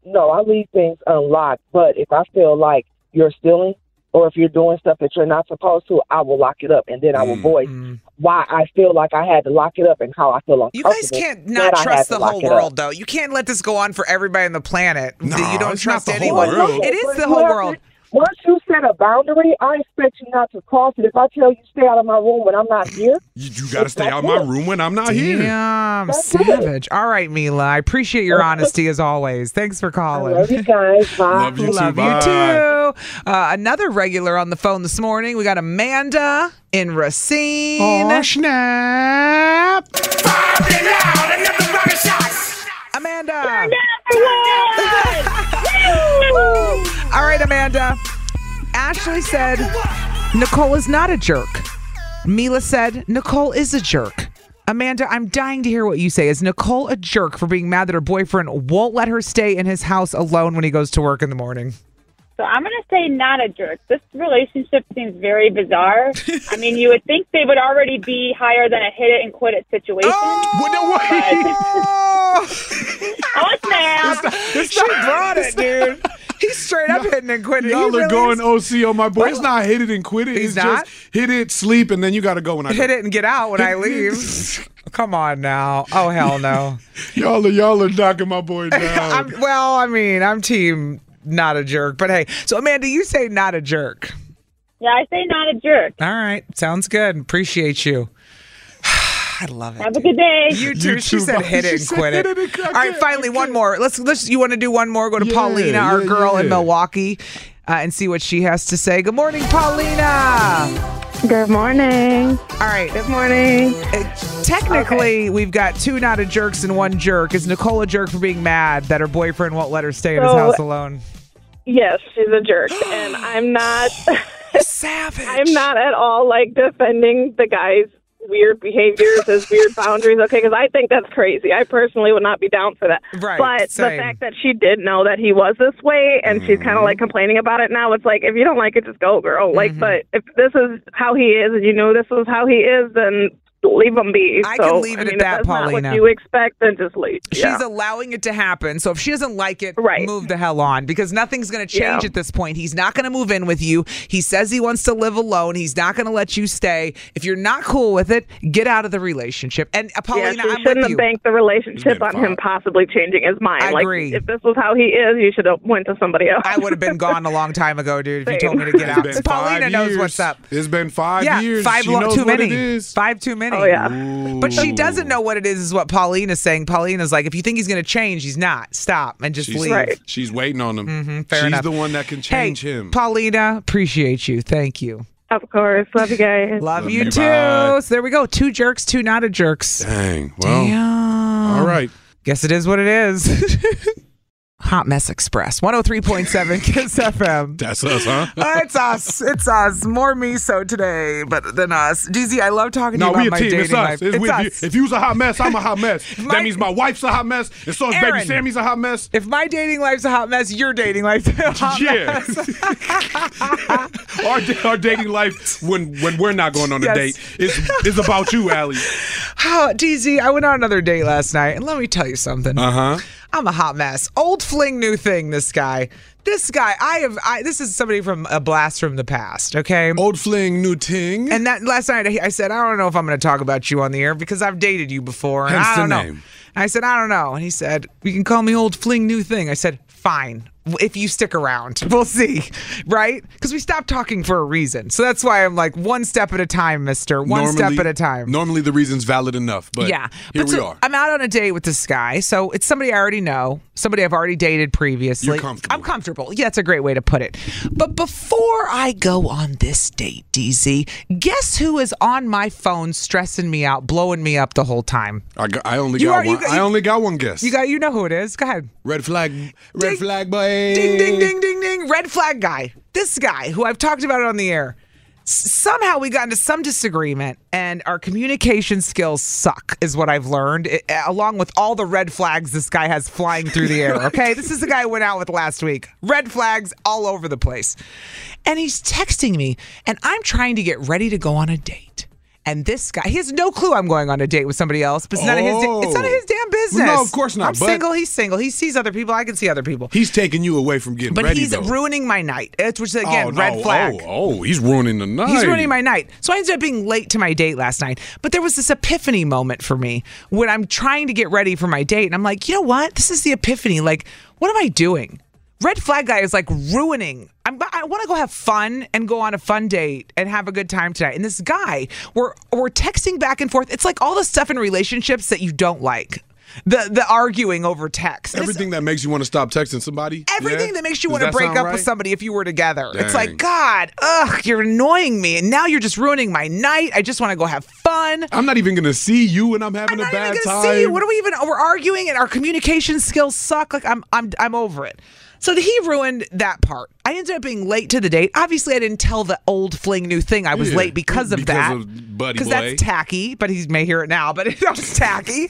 S5: No, I leave things unlocked, but if I feel like you're stealing or if you're doing stuff that you're not supposed to, I will lock it up and then I will voice why I feel like I had to lock it up and how I feel uncomfortable.
S2: You guys can't not
S5: that I had
S2: trust
S5: to
S2: the
S5: lock
S2: whole
S5: it up.
S2: world, though. You can't let this go on for everybody on the planet.
S3: No,
S2: that you don't
S3: it's not
S2: trust
S3: the whole
S2: anyone.
S3: world.
S2: It is
S5: But
S2: the
S5: you
S2: whole
S5: have to-
S2: world.
S5: Once you set a boundary, I expect you not to cross it. If I tell you stay out of my room when I'm not here,
S3: You, you got to stay out my room when I'm not here.
S2: Damn,
S5: That's it.
S2: savage. All right, Mila. I appreciate your honesty as always. Thanks for
S5: I
S2: calling.
S5: love you guys. Bye.
S3: Love you too.
S2: Love you
S3: Bye.
S2: too. Uh, another regular on the phone this morning. We got Amanda in Racine.
S3: Aw, Oh, snap!
S2: Amanda. *laughs* All right, Amanda. Ashley said Nicole is not a jerk. Mila said Nicole is a jerk. Amanda, I'm dying to hear what you say. Is Nicole a jerk for being mad that her boyfriend won't let her stay in his house alone when he goes to work in the morning?
S6: So I'm going to say not a jerk. This relationship seems very bizarre. I mean, you would think they would already be higher than a hit it and quit it situation.
S3: What the way?
S6: Oh, snap.
S2: she brought it, dude. He's straight up hitting and quitting.
S3: Y'all
S2: He
S3: are
S2: really
S3: going
S2: is-
S3: OC on my boy. It's not hit it and quit it.
S2: He's
S3: it's
S2: not?
S3: just hit it, sleep, and then you got to go when
S2: *laughs*
S3: I
S2: hit
S3: go.
S2: it and get out when I *laughs* leave. Come on now. Oh hell *laughs* no.
S3: *laughs* Y'all are y'all are knocking my boy
S2: I'm,
S3: down.
S2: well, I mean, I'm team not a jerk, but hey. So Amanda, you say not a jerk.
S6: *laughs* Yeah, I say not a jerk.
S2: All right, sounds good. Appreciate you. *sighs* I love it.
S6: Have a good day.
S2: *laughs* You too. she
S3: too,
S2: said
S3: Mom.
S2: hit
S3: She
S2: it and
S3: said
S2: quit
S3: hit
S2: it.
S3: it and quit
S2: All
S3: it.
S2: right, finally, one more. Let's let's you want to do one more? Go to
S3: Yeah,
S2: Paulina, our
S3: yeah,
S2: girl in
S3: yeah.
S2: Milwaukee, uh, and see what she has to say. Good morning, Paulina.
S6: Good morning.
S2: All right.
S6: Good morning.
S2: uh, Technically, we've got two not a jerks and one jerk. Is Nicole a jerk for being mad that her boyfriend won't let her stay at his
S6: So-
S2: house alone?
S6: Yes, she's a
S2: *gasps*
S6: jerk, and I'm not.
S2: Savage.
S6: I'm not at all like defending the guy's weird behaviors, his weird boundaries. Okay, because I think that's crazy. I personally would not be down for that.
S2: Right,
S6: But
S2: same.
S6: the fact that she did know that he was this way, and she's kind of
S2: Mm-hmm.
S6: like complaining about it now. It's like if you don't like it, just go, girl. Like, but if this is how he is, and you know this is how he is, then leave him be.
S2: I
S6: so,
S2: can leave it
S6: I
S2: at
S6: mean,
S2: that,
S6: if that's
S2: Paulina.
S6: Not what you expect, then just leave.
S2: She's
S6: yeah.
S2: allowing it to happen. So if she doesn't like it,
S6: Right.
S2: move the hell on because nothing's going to change
S6: Yeah.
S2: at this point. He's not going to move in with you. He says he wants to live alone. He's not going to let you stay. If you're not cool with it, get out of the relationship. And uh,
S6: Yeah,
S2: Paulina,
S6: she
S2: I'm
S6: shouldn't
S2: with
S6: have
S2: you.
S6: banked the relationship on him possibly changing his mind.
S2: I
S6: like,
S2: agree.
S6: if this was how he is, you should have went to somebody else.
S2: I would have been gone a long time ago, dude, if you told me to
S6: Same.
S2: get
S3: It's
S2: out.
S3: been
S2: Paulina
S3: five
S2: knows
S3: years.
S2: what's up.
S3: It's been five
S2: yeah,
S3: years.
S2: five
S3: She
S2: lo-
S3: knows
S2: too
S3: what
S2: many.
S3: It is.
S2: Five too many.
S6: Oh, yeah.
S2: But she doesn't know what it is, is what Paulina's saying. Paulina's like, if you think he's going to change, he's not. Stop and *laughs* just
S3: She's,
S2: leave. Mm-hmm,
S6: Right.
S3: she's waiting on him.
S2: fair
S3: she's
S2: enough.
S3: the one that can
S2: Hey,
S3: change him.
S2: Paulina, appreciate you. Thank you.
S6: Of course. Love you guys.
S2: Love,
S3: Love
S2: you,
S3: you.
S2: too.
S3: Bye.
S2: So there we go. Two jerks, two not a jerks.
S3: Dang. Well. All right.
S2: Guess it is what it is. *laughs* Hot Mess Express, 103.7
S3: *laughs*
S2: Kiss FM.
S3: That's
S2: *laughs*
S3: us, huh?
S2: Uh, it's us. It's us. More me so today, but than us. DZ, I love talking
S3: No,
S2: to
S3: we
S2: you
S3: a
S2: about my
S3: team.
S2: dating
S3: It's
S2: life.
S3: us. It's we-
S2: us.
S3: If you's a hot mess, I'm
S2: *laughs*
S3: a hot mess.
S2: My-
S3: that means my wife's a hot mess, and so is baby
S2: Aaron.
S3: Sammy's a hot mess.
S2: If my dating life's a hot mess, your dating life's a hot
S3: *laughs* yeah.
S2: mess.
S3: our, da- our dating life when when we're not going on a
S2: Yes.
S3: date is is about you, Allie.
S2: Oh, DZ, I went on another date last night, and let me tell you something.
S3: Uh huh.
S2: I'm a hot mess. Old fling, new thing. This guy, this guy. I have. I, this is somebody from a blast from the past. Okay.
S3: Old fling, new ting.
S2: And that last night, I I said, I don't know if I'm going to talk about you on the air because I've dated you before. And
S3: Hence
S2: I
S3: the
S2: don't know.
S3: name.
S2: And I said, I don't know. And he said, You can call me old fling, new thing. I said, Fine. W- If you stick around, *laughs* we'll see. Right? Because we stopped talking for a reason. So that's why I'm like, one step at a time, mister. One step at a time.
S3: Normally, the reason's valid enough, but
S2: yeah.
S3: here
S2: but
S3: we
S2: so
S3: are.
S2: I'm out on a date with this guy. So it's somebody I already know, somebody I've already dated previously.
S3: You're comfortable.
S2: I'm comfortable. Yeah, that's a great way to put it. But before I go on this date, DZ, guess who is on my phone stressing me out, blowing me up the whole time?
S3: I, got, I only
S2: You
S3: got
S2: are- you
S3: one.
S2: got-
S3: I
S2: you-
S3: only got one guess.
S2: You got you know who it is. Go ahead.
S3: red flag. Red
S2: Ding.
S3: flag, boy.
S2: Ding ding ding ding ding. Red flag guy. This guy who I've talked about on the air. S- Somehow we got into some disagreement, and our communication skills suck, is what I've learned, i- along with all the red flags this guy has flying through the air. Okay, this is the guy I went out with last week. Red flags all over the place. And he's texting me, and I'm trying to get ready to go on a date. And this guy, he has no clue I'm going on a date with somebody else, but it's none of his, it's none of his damn
S3: Oh.
S2: business.
S3: No, of course not,
S2: I'm
S3: but-
S2: single, he's single. He sees other people, I can see other people.
S3: He's taking you away from getting
S2: But
S3: ready.
S2: he's
S3: though.
S2: ruining my night. It's which is,
S3: Oh,
S2: again, red
S3: no.
S2: flag.
S3: Oh, oh, he's ruining the night.
S2: He's ruining my night. So I ended up being late to my date last night. But there was this epiphany moment for me when I'm trying to get ready for my date. And I'm like, you know what? This is the epiphany. Like, what am I doing? Red flag guy is like ruining. I'm, I want to go have fun and go on a fun date and have a good time tonight. And this guy, we're, we're texting back and forth. It's like all the stuff in relationships that you don't like. The the arguing over text. And it's-
S3: Everything that makes you want to stop texting somebody.
S2: everything
S3: yeah?
S2: that makes you
S3: Does
S2: want to
S3: that
S2: break
S3: sound
S2: up with
S3: right?
S2: somebody if you were together. It's like,
S3: Dang.
S2: God, ugh, you're annoying me. And now you're just ruining my night. I just want to go have fun.
S3: I'm not even gonna see you, and I'm having
S2: I'm
S3: a
S2: not
S3: bad
S2: even gonna
S3: time.
S2: see you. What are we even? We're arguing, and our communication skills suck. Like I'm, I'm, I'm over it. So he ruined that part. I ended up being late to the date. Obviously, I didn't tell the old fling new thing I was
S3: Yeah,
S2: late because of
S3: because
S2: that.
S3: of buddy
S2: Because that's *laughs*
S3: boy.
S2: tacky. But he may hear it now. But it was tacky.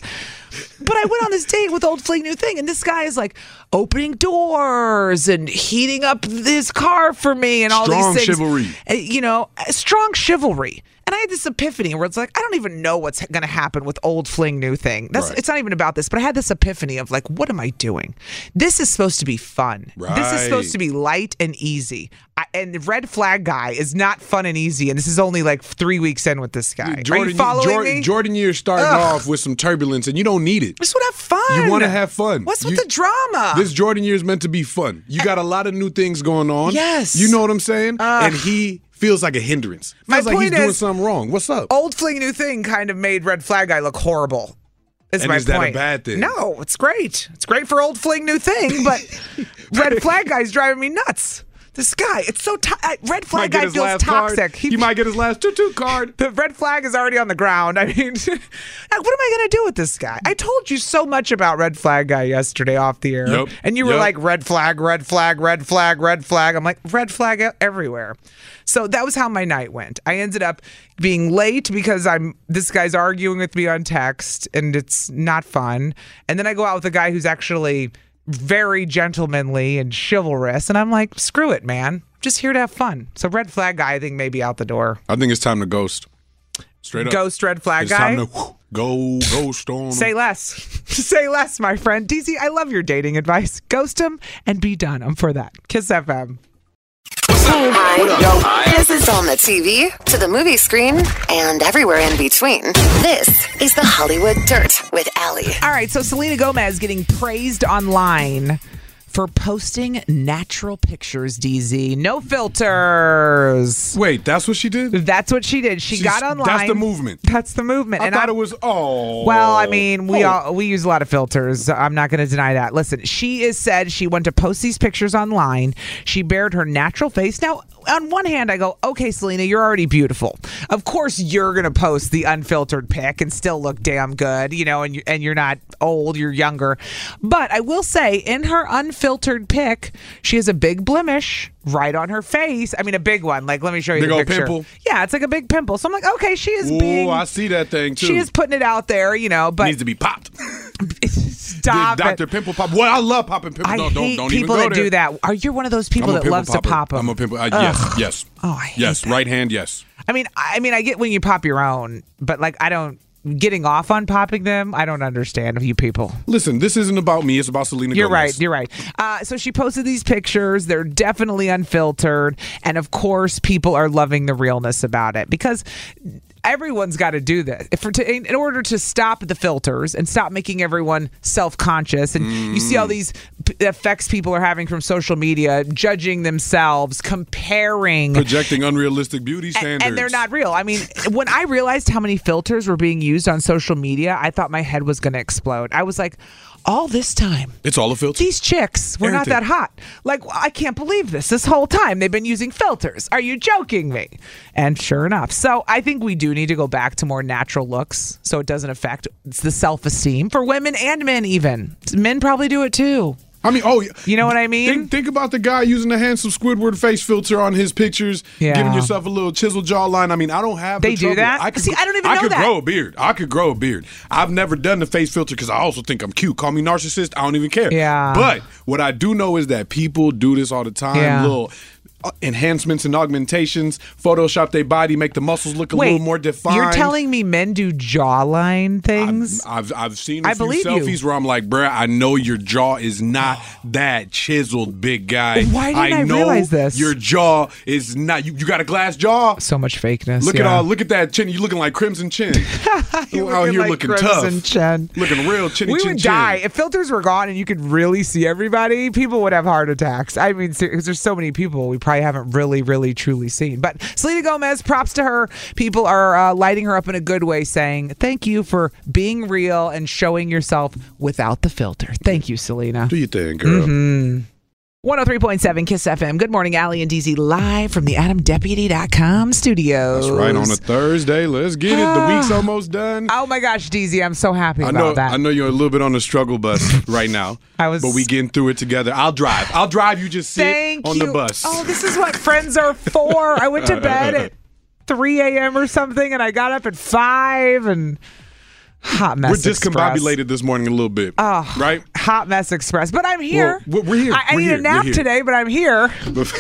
S2: But I went on this date with old fling new thing, and this guy is like opening doors and heating up his car for me and all
S3: Strong
S2: these things.
S3: chivalry.
S2: Uh, You know, uh, strong chivalry. And I had this epiphany where it's like I don't even know what's going to happen with old fling new thing. That's
S3: Right.
S2: it's not even about this, but I had this epiphany of like, what am I doing? This is supposed to be fun. This is
S3: Right.
S2: supposed to be light and easy. I, and the red flag guy is not fun and easy. And this is only like three weeks in with this guy. Are you following
S3: Jordan,
S2: me?
S3: Jordan year starting off with some turbulence, and you don't need it.
S2: Just want to have fun.
S3: You want to have fun.
S2: What's
S3: You-
S2: with the drama?
S3: This Jordan year is meant to be fun. You got a lot of new things going on.
S2: Yes.
S3: You know what I'm saying? and he feels like a hindrance. Feels
S2: Ah. My
S3: like
S2: point
S3: he's doing
S2: is- oh,
S3: something wrong. What's up?
S2: Old fling new thing kind of made red flag guy look horrible. Is
S3: And
S2: my
S3: is that a
S2: point.
S3: bad thing?
S2: No, it's great. It's great for old fling new thing, but
S3: *laughs*
S2: red flag guy's driving me nuts. This guy, it's so to- I- red flag guy feels toxic.
S3: card. He, might get his last tutu card.
S2: the red flag is already on the ground. I mean, *laughs* like, what am I going to do with this guy? I told you so much about red flag guy yesterday off the air,
S3: Yep.
S2: and you were
S3: Yep.
S2: like red flag, red flag, red flag, red flag. I'm like red flag e- everywhere. So that was how my night went. I ended up being late because I'm this guy's arguing with me on text, and it's not fun. And then I go out with a guy who's actually very gentlemanly and chivalrous, and I'm like, screw it, man. Just here to have fun. So red flag guy, I think maybe out the door.
S3: I think it's time to ghost. Straight up.
S2: Ghost red flag
S3: It's
S2: guy.
S3: time to whew, go ghost on. 'em.
S2: Say less. *laughs* Say less, my friend. DZ, I love your dating advice. Ghost him and be done. I'm for that. Kiss FM.
S1: This is on the TV, to the movie screen, and everywhere in between. This is the Hollywood Dirt with Allie.
S2: All right, so Selena Gomez getting praised online for posting natural pictures, DZ. No filters.
S3: Wait, that's what she did?
S2: That's what she did. She
S3: She's-
S2: got online.
S3: That's the movement.
S2: That's the movement.
S3: I
S2: and
S3: thought
S2: I'm-
S3: it was oh.
S2: Well, I mean, we
S3: Oh.
S2: all we use a lot of filters. I'm not going to deny that. Listen, she is said she went to post these pictures online. She bared her natural face. Now, on one hand, I go, okay, Selena, you're already beautiful. Of course, you're going to post the unfiltered pic and still look damn good, you know, and you, and you're not old, you're younger. But I will say, in her unfiltered pic, she has a big blemish right on her face. I mean, a big one. Like, let me show you
S3: Big
S2: the
S3: old
S2: picture.
S3: pimple.
S2: Yeah, it's like a big pimple. So I'm like, okay, she is
S3: Ooh,
S2: being.
S3: I see that thing too.
S2: She is putting it out there, you know, but
S3: needs to
S2: *laughs*
S3: be popped.
S2: Stop
S3: Dr.
S2: it.
S3: Pimple Pop. Well, I love popping pimples.
S2: I
S3: no, don't,
S2: hate
S3: don't even
S2: people
S3: go
S2: that
S3: there.
S2: do that. Are you one of those people
S3: I'm a
S2: that
S3: pimple
S2: loves
S3: popper.
S2: to pop them?
S3: I'm a pimple. Uh, yes, yes.
S2: Oh, I hate
S3: yes,
S2: that.
S3: right hand. Yes.
S2: I mean, I I mean, I get when you pop your own, but like, I don't getting off on popping them. I don't understand you people.
S3: Listen, this isn't about me. It's about Selena.
S2: You're
S3: Gomez.
S2: right. You're right. Uh, so she posted these pictures. They're definitely unfiltered, and of course, people are loving the realness about it because everyone's got to do this If- for to, in, in order to stop the filters and stop making everyone self-conscious. And you see
S3: Mm.
S2: all these p- effects people are having from social media, judging themselves, comparing.
S3: Projecting unrealistic beauty
S2: A-
S3: standards.
S2: And they're not real. I mean, when I realized how many filters were being used on social media, I thought my head was going to explode. I was like, all this time,
S3: It's all a filter.
S2: these chicks were not
S3: Everything.
S2: that hot. Like, I can't believe this. This whole time they've been using filters. Are you joking me? And sure enough. So I think we do need to go back to more natural looks so it doesn't affect it's the self esteem for women and men, even. Men probably do it too.
S3: I mean, oh, yeah.
S2: You know what I mean?
S3: Think, think about the guy using the handsome Squidward face filter on his pictures,
S2: Yeah.
S3: giving yourself a little chisel jawline. I mean, I don't have. the
S2: They do
S3: trouble.
S2: that? See, I don't even
S3: I
S2: know
S3: could
S2: that.
S3: grow a beard. I could grow a beard. I've never done the face filter because I also think I'm cute. Call me narcissist. I don't even care.
S2: Yeah.
S3: But what I do know is that people do this all the time.
S2: Yeah.
S3: Little. uh, Enhancements and augmentations, Photoshop their body, make the muscles look a little more defined.
S2: You're telling me men do jawline things?
S3: I've I've seen a
S2: I
S3: few
S2: believe you. Oh.
S3: selfies where I'm like, bruh, I know your jaw is not that chiseled, big guy.
S2: Why didn't I
S3: know
S2: realize this?
S3: Your jaw is not. You, you got a glass jaw.
S2: so much fakeness.
S3: Look at
S2: yeah.
S3: all. Look at that chin. You looking like
S2: *laughs*
S3: crimson chin. you out
S2: looking
S3: here
S2: like
S3: looking
S2: Crimson
S3: tough.
S2: Chin.
S3: Looking real chinny
S2: we
S3: chin
S2: would
S3: chin.
S2: die if filters were gone and you could really see everybody. People would have heart attacks. I mean, because there's so many people we probably haven't really, really, truly seen. But Selena Gomez, props to her. People are uh, lighting her up in a good way, saying thank you for being real and showing yourself without the filter. Thank you, Selena.
S3: Do your thing, girl.
S2: Mm-hmm. 103.7 Kiss FM. Good morning, Allie and DZ, live from the AdamDeputy.com studios.
S3: That's right on a Thursday. Let's get it.
S2: *sighs*
S3: The week's almost done.
S2: Oh my gosh, DZ, I'm so happy
S3: I
S2: Ah. about
S3: know,
S2: that.
S3: I know you're a little bit on the
S2: *laughs*
S3: struggle bus right now.
S2: I was-
S3: but we getting through it together. I'll drive. I'll drive. You just sit
S2: Thank
S3: on
S2: you.
S3: the bus.
S2: Oh, this is what friends are for. I
S3: *laughs*
S2: went to bed at 3 a.m. or something, and I got up at 5, and Hot mess.
S3: We're
S2: Express.
S3: discombobulated this morning a little bit.
S2: Oh,
S3: right?
S2: Hot mess express. But I'm here.
S3: Well, we're here.
S2: I, I
S3: We're
S2: need
S3: here.
S2: a
S3: We're
S2: nap
S3: here.
S2: today, but I'm here.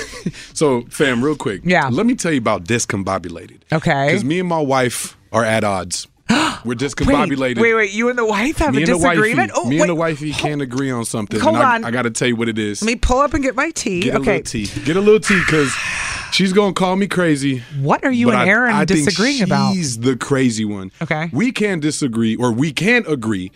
S3: *laughs* so, fam, real quick.
S2: Yeah.
S3: Let me tell you about discombobulated.
S2: Okay.
S3: Because me and my wife are
S2: *gasps*
S3: at odds. We're discombobulated.
S2: Wait, wait, wait. You and the wife have a
S3: Me and the
S2: disagreement?
S3: wifey,
S2: Oh,
S3: me
S2: wait.
S3: and the wifey can't agree on something.
S2: Hold
S3: and I,
S2: on.
S3: I got to tell you what it is.
S2: Let me pull up and get my tea.
S3: Get a
S2: okay.
S3: little tea. Get a little tea because she's gonna call me crazy.
S2: What are you
S3: but
S2: and
S3: I-
S2: Aaron
S3: I think
S2: disagreeing about?
S3: She's the crazy one.
S2: Okay. Mm-hmm.
S3: We can disagree, or we can agree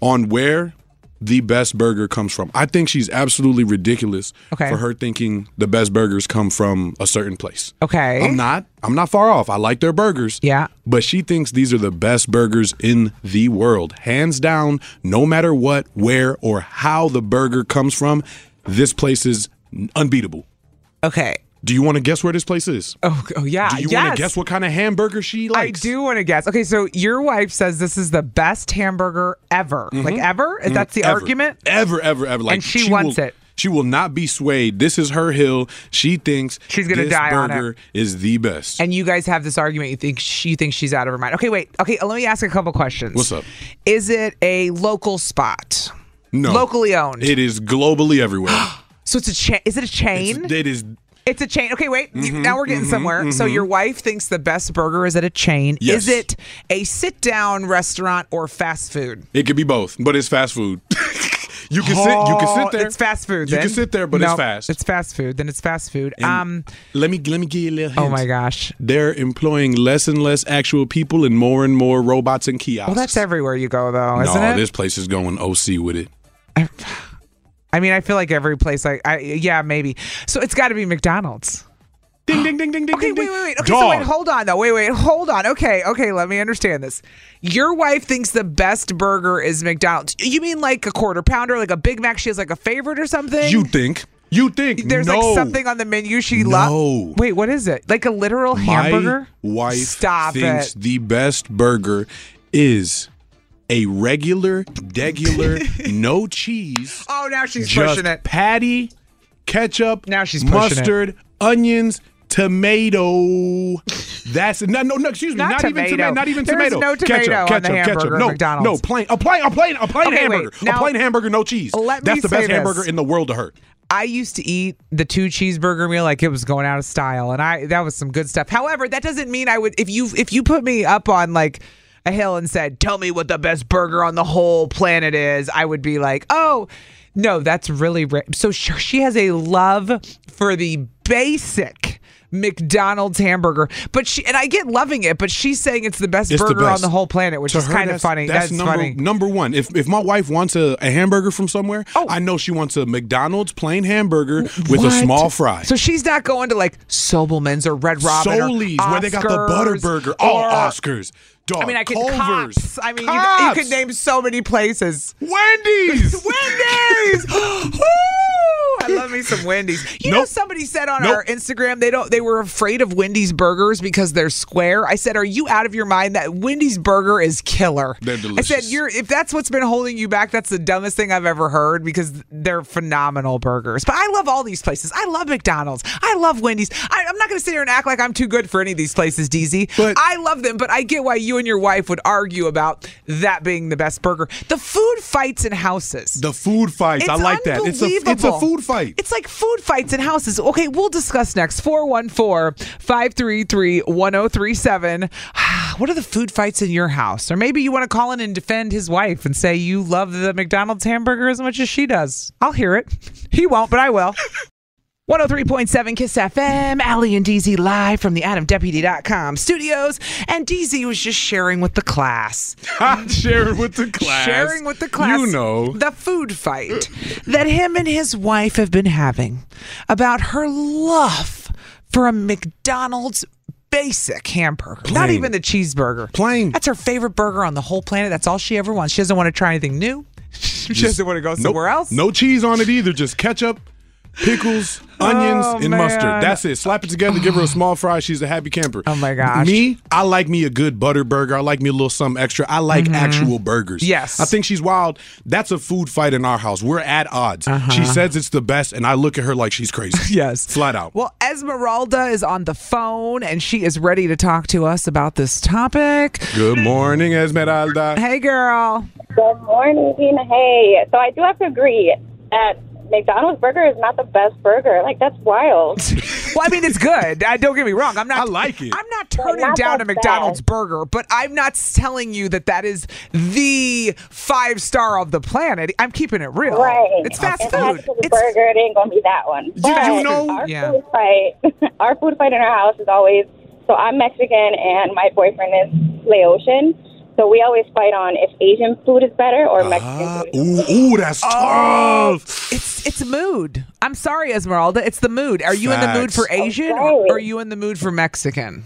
S3: on where the best burger comes from. I think she's absolutely ridiculous
S2: Okay.
S3: for her thinking the best burgers come from a certain place.
S2: Okay.
S3: I'm not. I'm not far off. I like their burgers.
S2: Eh? Yeah.
S3: But she thinks these are the best burgers in the world. Hands down, no matter what, where, or how the burger comes from, this place is unbeatable.
S2: Okay.
S3: Do you want to guess where this place is?
S2: Oh, oh yeah.
S3: do you
S2: yes.
S3: want to guess what kind of hamburger she
S2: I
S3: likes?
S2: do want to guess. Okay, so your wife says this is the best hamburger ever. Like ever? If That's the
S3: Mm-hmm. Mm, Ever.
S2: argument?
S3: Ever, ever, ever. Like
S2: And she wants
S3: will-
S2: it.
S3: She will not be swayed. This is her hill. She thinks
S2: She's gonna
S3: this
S2: die on it.
S3: burger is the best.
S2: And you guys have this argument. You think she you think she's out of her mind. Okay, wait. Okay, uh, let me ask a couple questions.
S3: What's up?
S2: Is it a local spot?
S3: no,
S2: Locally owned.
S3: It is globally everywhere. *gasps*
S2: So it's a chain. Is it a chain?
S3: it's, Mm-hmm, it is
S2: It's a chain. Okay, wait. You- now we're getting somewhere. So your wife thinks the best burger is at a chain.
S3: mm-hmm.
S2: Is
S3: Yes.
S2: it a sit down restaurant or fast food?
S3: It could be both, but it's fast food. you can sit. You can
S2: Oh,
S3: sit there.
S2: It's fast food.
S3: You
S2: then.
S3: can sit there, but
S2: No,
S3: it's fast.
S2: It's fast food. Then it's fast food.
S3: And
S2: um.
S3: let me let me give you a little. Hint.
S2: Oh my gosh.
S3: They're employing less and less actual people and more and more robots and kiosks.
S2: Well, Oh, that's everywhere you go, though, isn't
S3: no,
S2: it?
S3: this place is going OC with it.
S2: I mean, I feel like every place, like, I yeah, maybe. So it's got to be McDonald's.
S3: Ding ding ding ding ding.
S2: Okay,
S3: ding,
S2: wait,
S3: ding.
S2: wait, wait. Okay,
S3: Dog.
S2: so wait, hold on though. Wait, wait, hold on. Okay, okay, let me understand this. Your wife thinks the best burger is McDonald's. You mean like a quarter pounder, like a Big Mac? She has like a favorite or something?
S3: You think? You think?
S2: There's
S3: no.
S2: like something on the menu she loves.
S3: No.
S2: Wait, what is it? Like a literal
S3: My *laughs*
S2: hamburger?
S3: wife
S2: Stop
S3: thinks
S2: it.
S3: the best burger is a regular,
S2: *laughs*
S3: degular, no cheese.
S2: Oh, now she's
S3: just
S2: pushing it.
S3: patty, ketchup,
S2: Now she's pushing it.
S3: mustard, onions, tomato. That's no, no, no. Excuse me,
S2: Not
S3: not, even
S2: tomato.
S3: tomato, not even
S2: There is
S3: tomato.
S2: no tomato
S3: ketchup,
S2: on the
S3: ketchup,
S2: hamburger
S3: ketchup.
S2: at
S3: No,
S2: McDonald's.
S3: no, plain, a plain, a plain, a plain
S2: Okay, wait,
S3: hamburger,
S2: now-
S3: a plain hamburger, no cheese.
S2: Let me
S3: That's the
S2: say
S3: best
S2: this.
S3: hamburger in the world to her.
S2: I used to eat the two cheeseburger meal like it was going out of style, and I that was some good stuff. However, that doesn't mean I would if you if you put me up on like a hill and said, "Tell me what the best burger on the whole planet is," I would be like, "Oh, no, that's really ri-. so." She, she has a love for the basic. McDonald's hamburger, but she and I get loving it, but she's saying it's the best
S3: It's
S2: burger
S3: the best.
S2: on the whole planet, which
S3: To
S2: is
S3: her,
S2: kind of
S3: that's-
S2: funny.
S3: That's,
S2: That's,
S3: number
S2: funny.
S3: number one. If if my wife wants a, a hamburger from somewhere,
S2: Oh.
S3: I know she wants a McDonald's plain hamburger with a
S2: What?
S3: small fry.
S2: So she's not going to like Sobelman's or Red Robin
S3: Solis,
S2: or
S3: where they got the
S2: Oscars
S3: butter burger. Oh,
S2: or-
S3: Oscars. Dog.
S2: I mean, I can
S3: Culver's.
S2: cops. I mean, you, you
S3: Cops.
S2: could name so many places.
S3: Wendy's.
S2: *laughs*
S3: *gasps*
S2: Wendy's. Woo! Oh, I love me
S3: *laughs*
S2: some Wendy's. You know,
S3: Nope.
S2: somebody said on
S3: Nope.
S2: our Instagram they don't they were afraid of Wendy's burgers because they're square. I said, "Are you out of your mind? That Wendy's burger is killer."
S3: They're
S2: I said,
S3: delicious.
S2: "You're if that's what's been holding you back, that's the dumbest thing I've ever heard because they're phenomenal burgers." But I love all these places. I love McDonald's. I love Wendy's. I, I'm not going to sit here and act like I'm too good for any of these places, DZ.
S3: But-
S2: I love them, but I get why you and your wife would argue about that being the best burger. The food fights in houses.
S3: The food fights. I
S2: It's
S3: like that. It's a it's a
S2: unbelievable.
S3: food fight.
S2: It's like food fights in houses. Okay, we'll discuss next. 414 533 1037. *sighs* What are the food fights in your house? Or maybe you want to call in and defend his wife and say you love the McDonald's hamburger as much as she does. I'll hear it. He won't, but I will. *laughs* 103.7 Kiss FM, Allie and DZ live from the AdamDeputy.com studios. And DZ was just sharing with the class
S3: *laughs* sharing with the class.
S2: sharing with the class
S3: You know.
S2: the food fight that him and his wife have been having about her love for a McDonald's basic hamburger. Not
S3: Plain.
S2: even the cheeseburger.
S3: Plain.
S2: That's her favorite burger on the whole planet. That's all she ever wants. She doesn't want to try anything new. *laughs* she doesn't want to go
S3: Nope.
S2: somewhere else.
S3: No cheese on it either. Just ketchup, pickles, onions,
S9: Oh,
S3: and
S9: man.
S3: mustard. That's it. Slap it together, give her a small fry. She's a happy camper.
S9: Oh, my gosh.
S3: Me, I like me a good butter burger. I like me a little something extra. I like
S2: Mm-hmm.
S3: actual burgers.
S9: Yes.
S3: I think she's wild. That's a food fight in our house. We're at odds.
S2: Uh-huh.
S3: She says it's the best, and I look at her like
S2: *laughs*
S3: she's crazy.
S9: Yes.
S3: Flat out.
S2: Well, Esmeralda is on the phone and she is ready to talk to us about this topic.
S3: Good morning, Esmeralda.
S2: Hey, girl.
S6: Good morning. Hey, so I do have to agree that McDonald's burger is not the best burger. Like that's
S2: *laughs*
S6: wild.
S2: Well, I mean, it's good. I, don't get me wrong. I'm not.
S3: I like it.
S2: I'm not turning
S6: not
S2: down a
S6: that
S2: McDonald's
S6: bad.
S2: burger, but I'm not telling you that that is the five star of the planet. I'm keeping it real.
S6: Right.
S2: It's fast
S6: If I had
S2: food.
S6: to do the
S2: It's-
S6: burger, it ain't gonna be that one. Did
S2: you know-
S6: Our
S2: Yeah.
S6: food fight, *laughs* our food fight in our house is always. So I'm Mexican and my boyfriend is Laotian. So we always fight on if Asian food is better or Mexican
S3: Ah,
S6: food. Is
S3: ooh, ooh, that's
S2: Oh,
S3: tough.
S2: It's it's mood. I'm sorry, Esmeralda. It's the mood. Are you in the mood
S3: Facts.
S2: for Asian
S6: Okay.
S2: or are you in the mood for Mexican?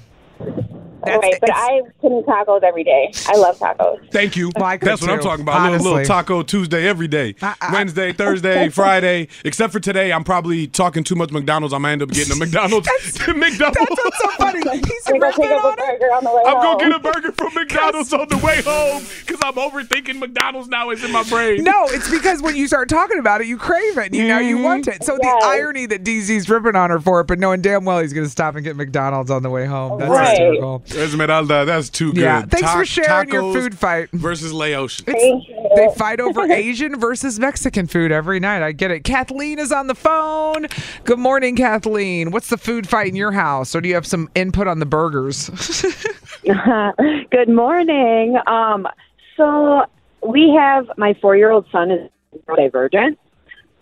S2: That's-
S6: right, but
S2: it's-
S6: I couldn't tacos every day. I love tacos.
S3: Thank you.
S2: Well, I could
S3: That's what I'm
S2: too,
S3: talking about. A little, little
S2: honestly.
S3: taco Tuesday every day.
S2: I- I- *laughs*
S3: Wednesday, Thursday, Friday. Except for today, I'm probably talking too much McDonald's. I'm gonna end up getting a McDonald's.
S2: *laughs*
S3: *laughs*
S2: That's
S3: McDonald's.
S2: what's so funny. He's
S6: We're gonna
S2: ripping
S6: pick up a
S2: on it.
S6: burger *laughs* on the way
S3: I'm
S6: home.
S3: gonna get a
S2: *laughs*
S3: burger from McDonald's on the way home because I'm overthinking McDonald's now. It's in my brain.
S2: No, it's because when you start talking about it, you crave it. You know,
S3: Mm-hmm.
S2: you want it. So
S6: Yes.
S2: the irony that DZ's ripping on her for it, but knowing damn well he's going to stop and get McDonald's on the way home. That's
S6: Right.
S2: hysterical.
S3: Esmeralda, that's too good.
S2: Yeah, thanks for
S3: Ta-
S2: sharing your
S3: tacos
S2: food fight.
S3: versus Laotian.
S6: Thank you.
S2: They fight over Asian versus Mexican food every night. I get it. Kathleen is on the phone. Good morning, Kathleen. What's the food fight in your house, or do you have some input on the
S3: *laughs*
S2: burgers?
S6: *laughs* Good morning. Um, so we have my four-year-old son is neurodivergent,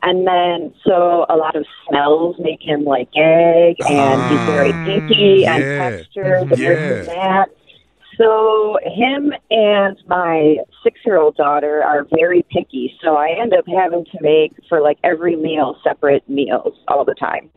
S6: and then so a lot of smells make him like egg, and he's very picky and
S3: Ah, yeah.
S6: textured and
S3: Yeah.
S6: this and that. So him and my six-year-old daughter are very picky. So I end up having to make for like every meal separate meals all the time.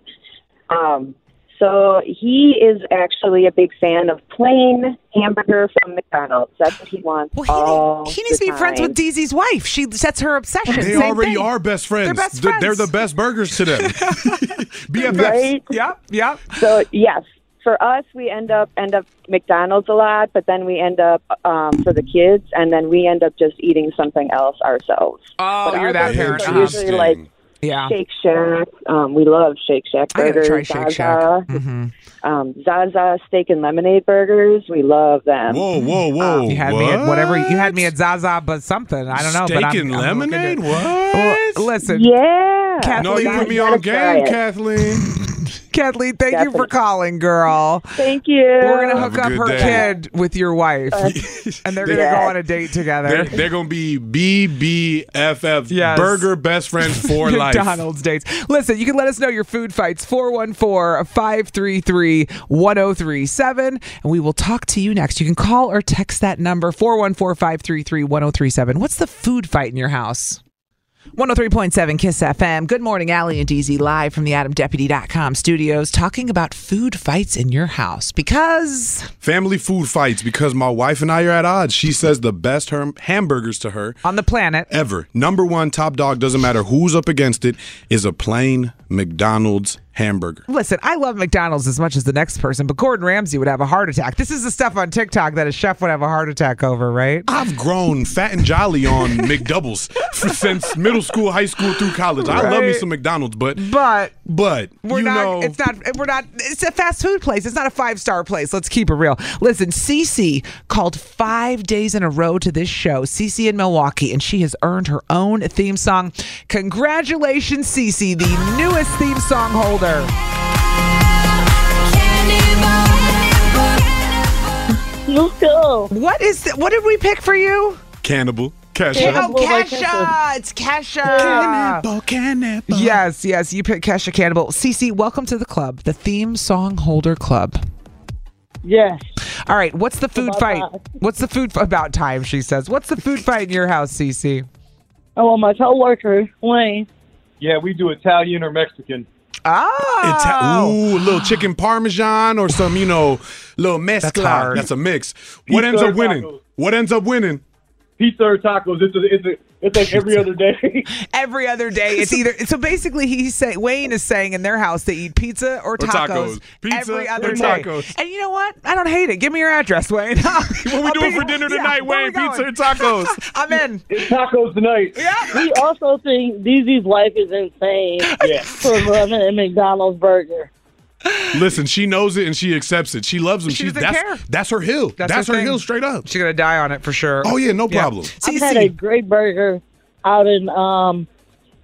S6: Um, so he is actually a big fan of plain hamburger from McDonald's. That's what he wants. all
S2: he needs to
S6: the
S2: be friends
S6: time.
S2: with DZ's wife. She that's her obsession.
S3: They
S2: Same
S3: already
S2: thing.
S3: are best friends.
S2: They're best
S3: Th- They're
S2: friends.
S3: the best burgers
S2: *laughs*
S3: to them. *laughs* BFFs.
S6: Right?
S2: Yep, yep.
S6: So yes, for us, we end up end up McDonald's a lot, but then we end up um, for the kids, and then we end up just eating something else ourselves.
S2: Oh,
S6: But
S2: you're
S6: our
S2: that
S6: burgers
S2: parent.
S6: are
S2: huh?
S6: usually like
S2: Yeah.
S6: Shake Shack. Um, we love Shake Shack
S2: I gotta
S6: burgers.
S2: try Shake Shack.
S6: Zaza,
S2: Mm-hmm.
S6: um, Zaza steak and lemonade burgers. We love them. Um,
S3: Whoa, whoa, whoa!
S2: You had
S3: what?
S2: me at whatever you had me at Zaza, but something I don't know.
S3: Steak
S2: but I'm,
S3: and
S2: I'm looking to-
S3: lemonade? What?
S2: Well, listen,
S6: Yeah.
S3: no, you
S2: Kathleen-
S3: put me
S6: gotta
S3: on
S6: try
S3: game,
S6: it.
S3: Kathleen.
S2: Kathleen, thank you for
S6: Definitely.
S2: calling, girl.
S6: Thank you. Uh,
S2: We're gonna
S3: Have
S2: hook
S3: a
S2: up
S3: good
S2: her
S3: day.
S2: kid with your wife, *laughs* and they're gonna
S6: Yeah.
S2: go on a date
S3: They're,
S2: together.
S3: they're gonna be BBFF
S2: Yes.
S3: burger best friends
S2: *laughs*
S3: for life.
S2: McDonald's dates. Listen, you can let us know your food fights 414-533-1037 and we will talk to you next. You can call or text that number 414-533-1037. What's the food fight in your house? 103.7 Kiss FM. Good morning, Allie and DZ live from the AdamDeputy.com studios talking about food fights in your house because
S3: Family food fights because my wife and I are at odds. She says the best her- hamburgers to her
S2: on the planet
S3: ever. Number one, top dog doesn't matter who's up against it is a plain McDonald's hamburger.
S2: Listen, I love McDonald's as much as the next person, but Gordon Ramsay would have a heart attack. This is the stuff on TikTok that a chef would have a heart attack over, right?
S3: I've grown fat and jolly
S2: *laughs*
S3: on McDoubles *laughs* f- since middle school, high school through college. I love me
S2: Right.
S3: some McDonald's, but
S2: But
S3: but
S2: we're
S3: you
S2: not.
S3: know
S2: It's not. We're not. It's a fast food place. It's not a five star place. Let's keep it real. Listen, Cece called five days in a row to this show. Cece in Milwaukee, and she has earned her own theme song. Congratulations, Cece, the newest theme song holder.
S6: Let's go.
S2: What is? The, what did we pick for you?
S3: cannibal. Cash
S6: Yeah.
S2: Oh, Kesha! It's Kesha.
S3: Cannibal, cannibal.
S2: Yes, yes, you picked Kesha Cannibal. Cece, welcome to the club, the theme song holder club.
S6: Yes.
S2: All right, what's the food
S6: About
S2: fight?
S6: time.
S2: What's the food f- about time? She says, "What's the food fight in your house, Cece?"
S6: Oh, well, my coworker, Wayne.
S4: Yeah, we do Italian or Mexican.
S2: Oh,
S3: Ita- ooh, a little chicken parmesan or some, you know, little mezcla. That's,
S2: hard.
S3: a mix. What
S4: Pizza
S3: ends up
S4: or
S3: winning?
S4: tacos?
S3: What ends up winning?
S4: Pizza or tacos? It's a, it's a
S10: It's like every other day.
S2: *laughs* Every other day, it's either so. Basically, he's say Wayne is saying in their house they eat pizza or tacos,
S3: tacos. Pizza
S2: every
S3: or
S2: other
S3: tacos.
S2: day. And you know what? I don't hate it. Give me your address, Wayne. what *laughs*
S3: *laughs* What we doing for dinner tonight, Wayne? Pizza and tacos.
S2: I'm in.
S10: It's tacos tonight.
S11: We also think DZ's wife is
S2: *laughs*
S11: insane
S10: Yeah.
S11: for loving a McDonald's burger.
S3: Listen, she knows it and she accepts it. She loves him.
S12: She
S3: She's
S12: doesn't
S3: that's,
S12: care.
S3: That's her hill. That's,
S12: That's her
S3: her
S12: thing.
S3: hill straight up.
S12: She's gonna die on it for sure.
S3: Oh yeah, no
S12: Yeah.
S3: problem.
S11: I've had a great burger out in um,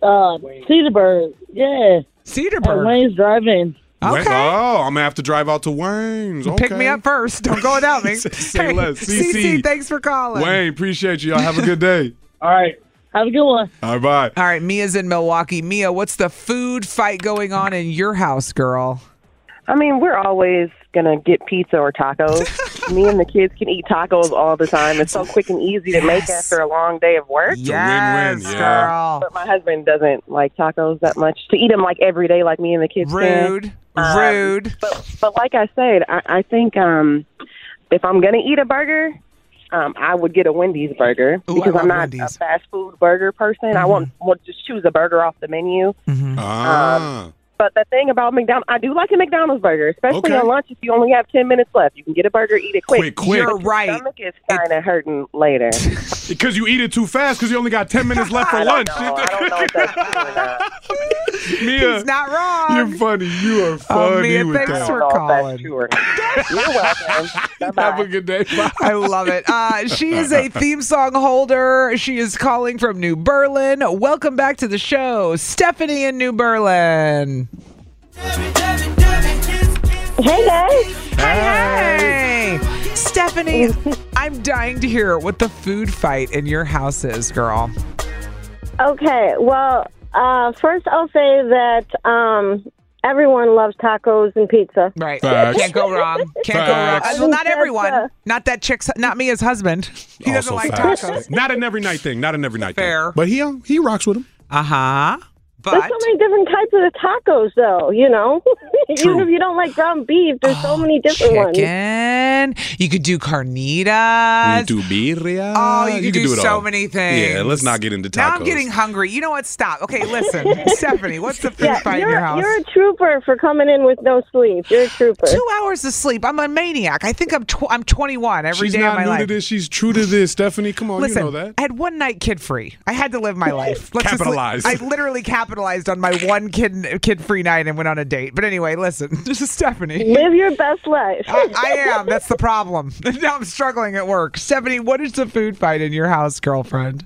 S11: uh, Cedarburg. Yeah, at
S12: Cedarburg.
S11: Wayne's Drive-In.
S3: Wayne-
S12: Okay.
S3: Oh, I'm gonna have to drive out to Wayne's. Okay.
S2: *laughs*
S12: Pick me up first. Don't go without
S3: *laughs*
S12: me.
S3: Say less. CC.
S12: CC, thanks for calling.
S3: Wayne, appreciate you. Y'all have a
S2: *laughs*
S3: good day.
S10: All right.
S11: Have a good one.
S3: All right, bye.
S2: All right, Mia's in Milwaukee. Mia, what's the food fight going on in your house, girl?
S13: I mean, we're always gonna get pizza or tacos.
S3: *laughs*
S13: Me and the kids can eat tacos all the time. It's so quick and easy to make after a long day of work.
S3: It's a win-win,
S2: Yes,
S3: yeah.
S2: girl.
S13: But my husband doesn't like tacos that much to eat them like every day, like me and the kids. can.
S2: Rude.
S13: Um,
S2: Rude.
S13: But, but like I said, I, I think um, if I'm gonna eat a burger, um, I would get a Wendy's burger
S2: Ooh, I
S13: because
S2: love
S13: I'm not
S2: Wendy's. Mm-hmm.
S13: a fast food burger person. I won't, will just choose a burger off the menu.
S3: Ah,
S13: But the thing about McDonald's, I do like a McDonald's burger, especially
S3: Okay.
S13: on lunch. If you only have ten minutes left, you can get a burger, eat it quick.
S3: quick, quick.
S2: You're right.
S13: Stomach is kind of hurting
S3: *laughs*
S13: later.
S3: Because you eat it too fast. Because you only got ten minutes
S2: *laughs*
S3: left for lunch.
S13: No, I don't know if that's true or not.
S3: *laughs* Mia,
S2: He's not wrong.
S3: you're funny. You are funny
S2: Oh, Mia,
S3: with
S2: thanks
S3: that.
S2: for
S13: I don't know if
S2: calling.
S13: that's true or not. You're welcome.
S3: *laughs* have
S13: Bye-bye.
S3: a good day. Bye.
S2: I love it. *laughs* Uh, she is
S3: *laughs*
S2: a theme song holder. She is calling from New Berlin. Welcome back to the show, Stephanie in New Berlin.
S11: Hey guys,
S2: Hey, hey.
S11: *laughs*
S2: Stephanie, I'm dying to hear what the food fight in your house is, girl.
S11: Okay, well, uh, first I'll say that um, everyone loves tacos and pizza.
S2: Right.
S3: Facts.
S2: Can't go wrong. Can't
S3: Facts.
S2: go wrong. Uh, Well, not
S11: uh,
S2: everyone. Not that chick's, not me as husband. He doesn't
S3: Also
S2: like
S3: facts.
S2: tacos.
S3: Not an every night thing. Not an every night
S2: Fair.
S3: thing. But he uh, he rocks with him.
S2: Uh huh.
S11: There's
S2: But
S11: so many different types of tacos, though. You know, *laughs* even if you don't like ground beef, there's
S2: Oh,
S11: so many different ones.
S2: chicken. You could do carnitas.
S3: You can do birria.
S2: Oh, you, can, do,
S3: it
S2: so
S3: all.
S2: many things.
S3: Yeah, let's not get into tacos.
S2: Now I'm getting hungry. You know what? Stop. Okay, listen,
S11: *laughs*
S2: Stephanie, what's the food fight in
S11: You're,
S2: your house?
S11: you're a trooper for coming in with no
S3: *laughs*
S11: sleep. You're a trooper.
S2: Two hours of sleep. I'm a maniac. I think I'm tw- I'm 21 every
S3: She's
S2: day
S3: not
S2: of my
S3: new to
S2: life.
S3: this. She's true to this. Stephanie, come on,
S2: Listen,
S3: you know that.
S2: I had one night kid free. I had to live my
S3: *laughs*
S2: life. Let's just li-
S3: Capitalize.
S2: I literally capitalized on my one kid kid free night and went on a date. But anyway, listen, *laughs* this is Stephanie.
S11: Live your best life.
S2: I,
S11: *laughs*
S2: I am. That's the problem. *laughs* now I'm struggling at work. Stephanie, what is the food fight in your house, girlfriend?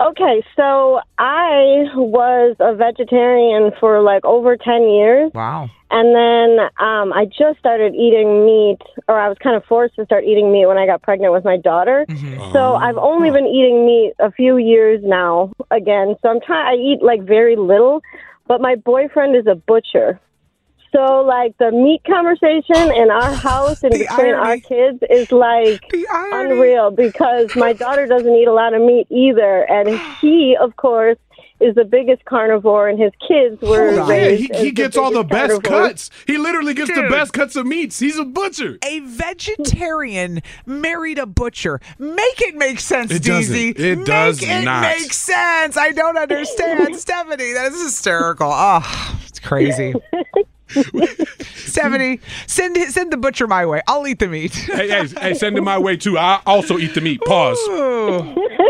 S11: Okay, so I was a vegetarian for like over 10 years.
S2: Wow.
S11: And then um, I just started eating meat, or I was kind of forced to start eating meat when I got pregnant with my daughter.
S2: Mm-hmm.
S11: So I've only been eating meat a few years now again. So I'm trying, I eat like very little, but my boyfriend is a butcher. So like the meat conversation in our house and
S2: The
S11: between our
S2: irony.
S11: kids is like
S2: The irony.
S11: unreal because
S3: *laughs*
S11: my daughter doesn't eat a lot of meat
S3: *gasps*
S11: either, and he, of course, is the biggest carnivore, and his kids *laughs* were
S2: Hold on.
S3: Oh, Yeah,
S11: raised.
S3: he, he
S11: as
S3: gets all the
S11: biggest
S3: best
S11: carnivores.
S3: cuts. He literally gets the
S2: Dude.
S3: best cuts of meats. He's a butcher.
S2: a vegetarian married a butcher. Make it make sense,
S3: It doesn't.
S2: DZ.
S3: It
S2: make
S3: does
S2: it
S3: not.
S2: make sense. I don't understand, Stephanie. That is hysterical. Oh, it's crazy. Stephanie, send send the butcher my way. I'll eat the meat.
S3: hey, hey, hey, send him my way too. I also eat
S2: *laughs*
S3: the meat. Pause.
S2: Ooh.
S14: *laughs*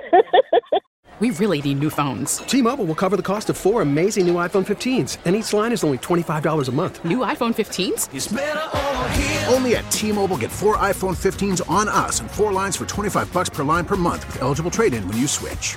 S14: We really need new phones.
S8: T-Mobile will cover the cost of four amazing new iPhone 15s, and each line is only twenty-five dollars a month.
S14: New iPhone 15s?
S15: Only at T-Mobile, get four iPhone 15s on us and four lines for 25 bucks per line per month with eligible trade-in when you switch.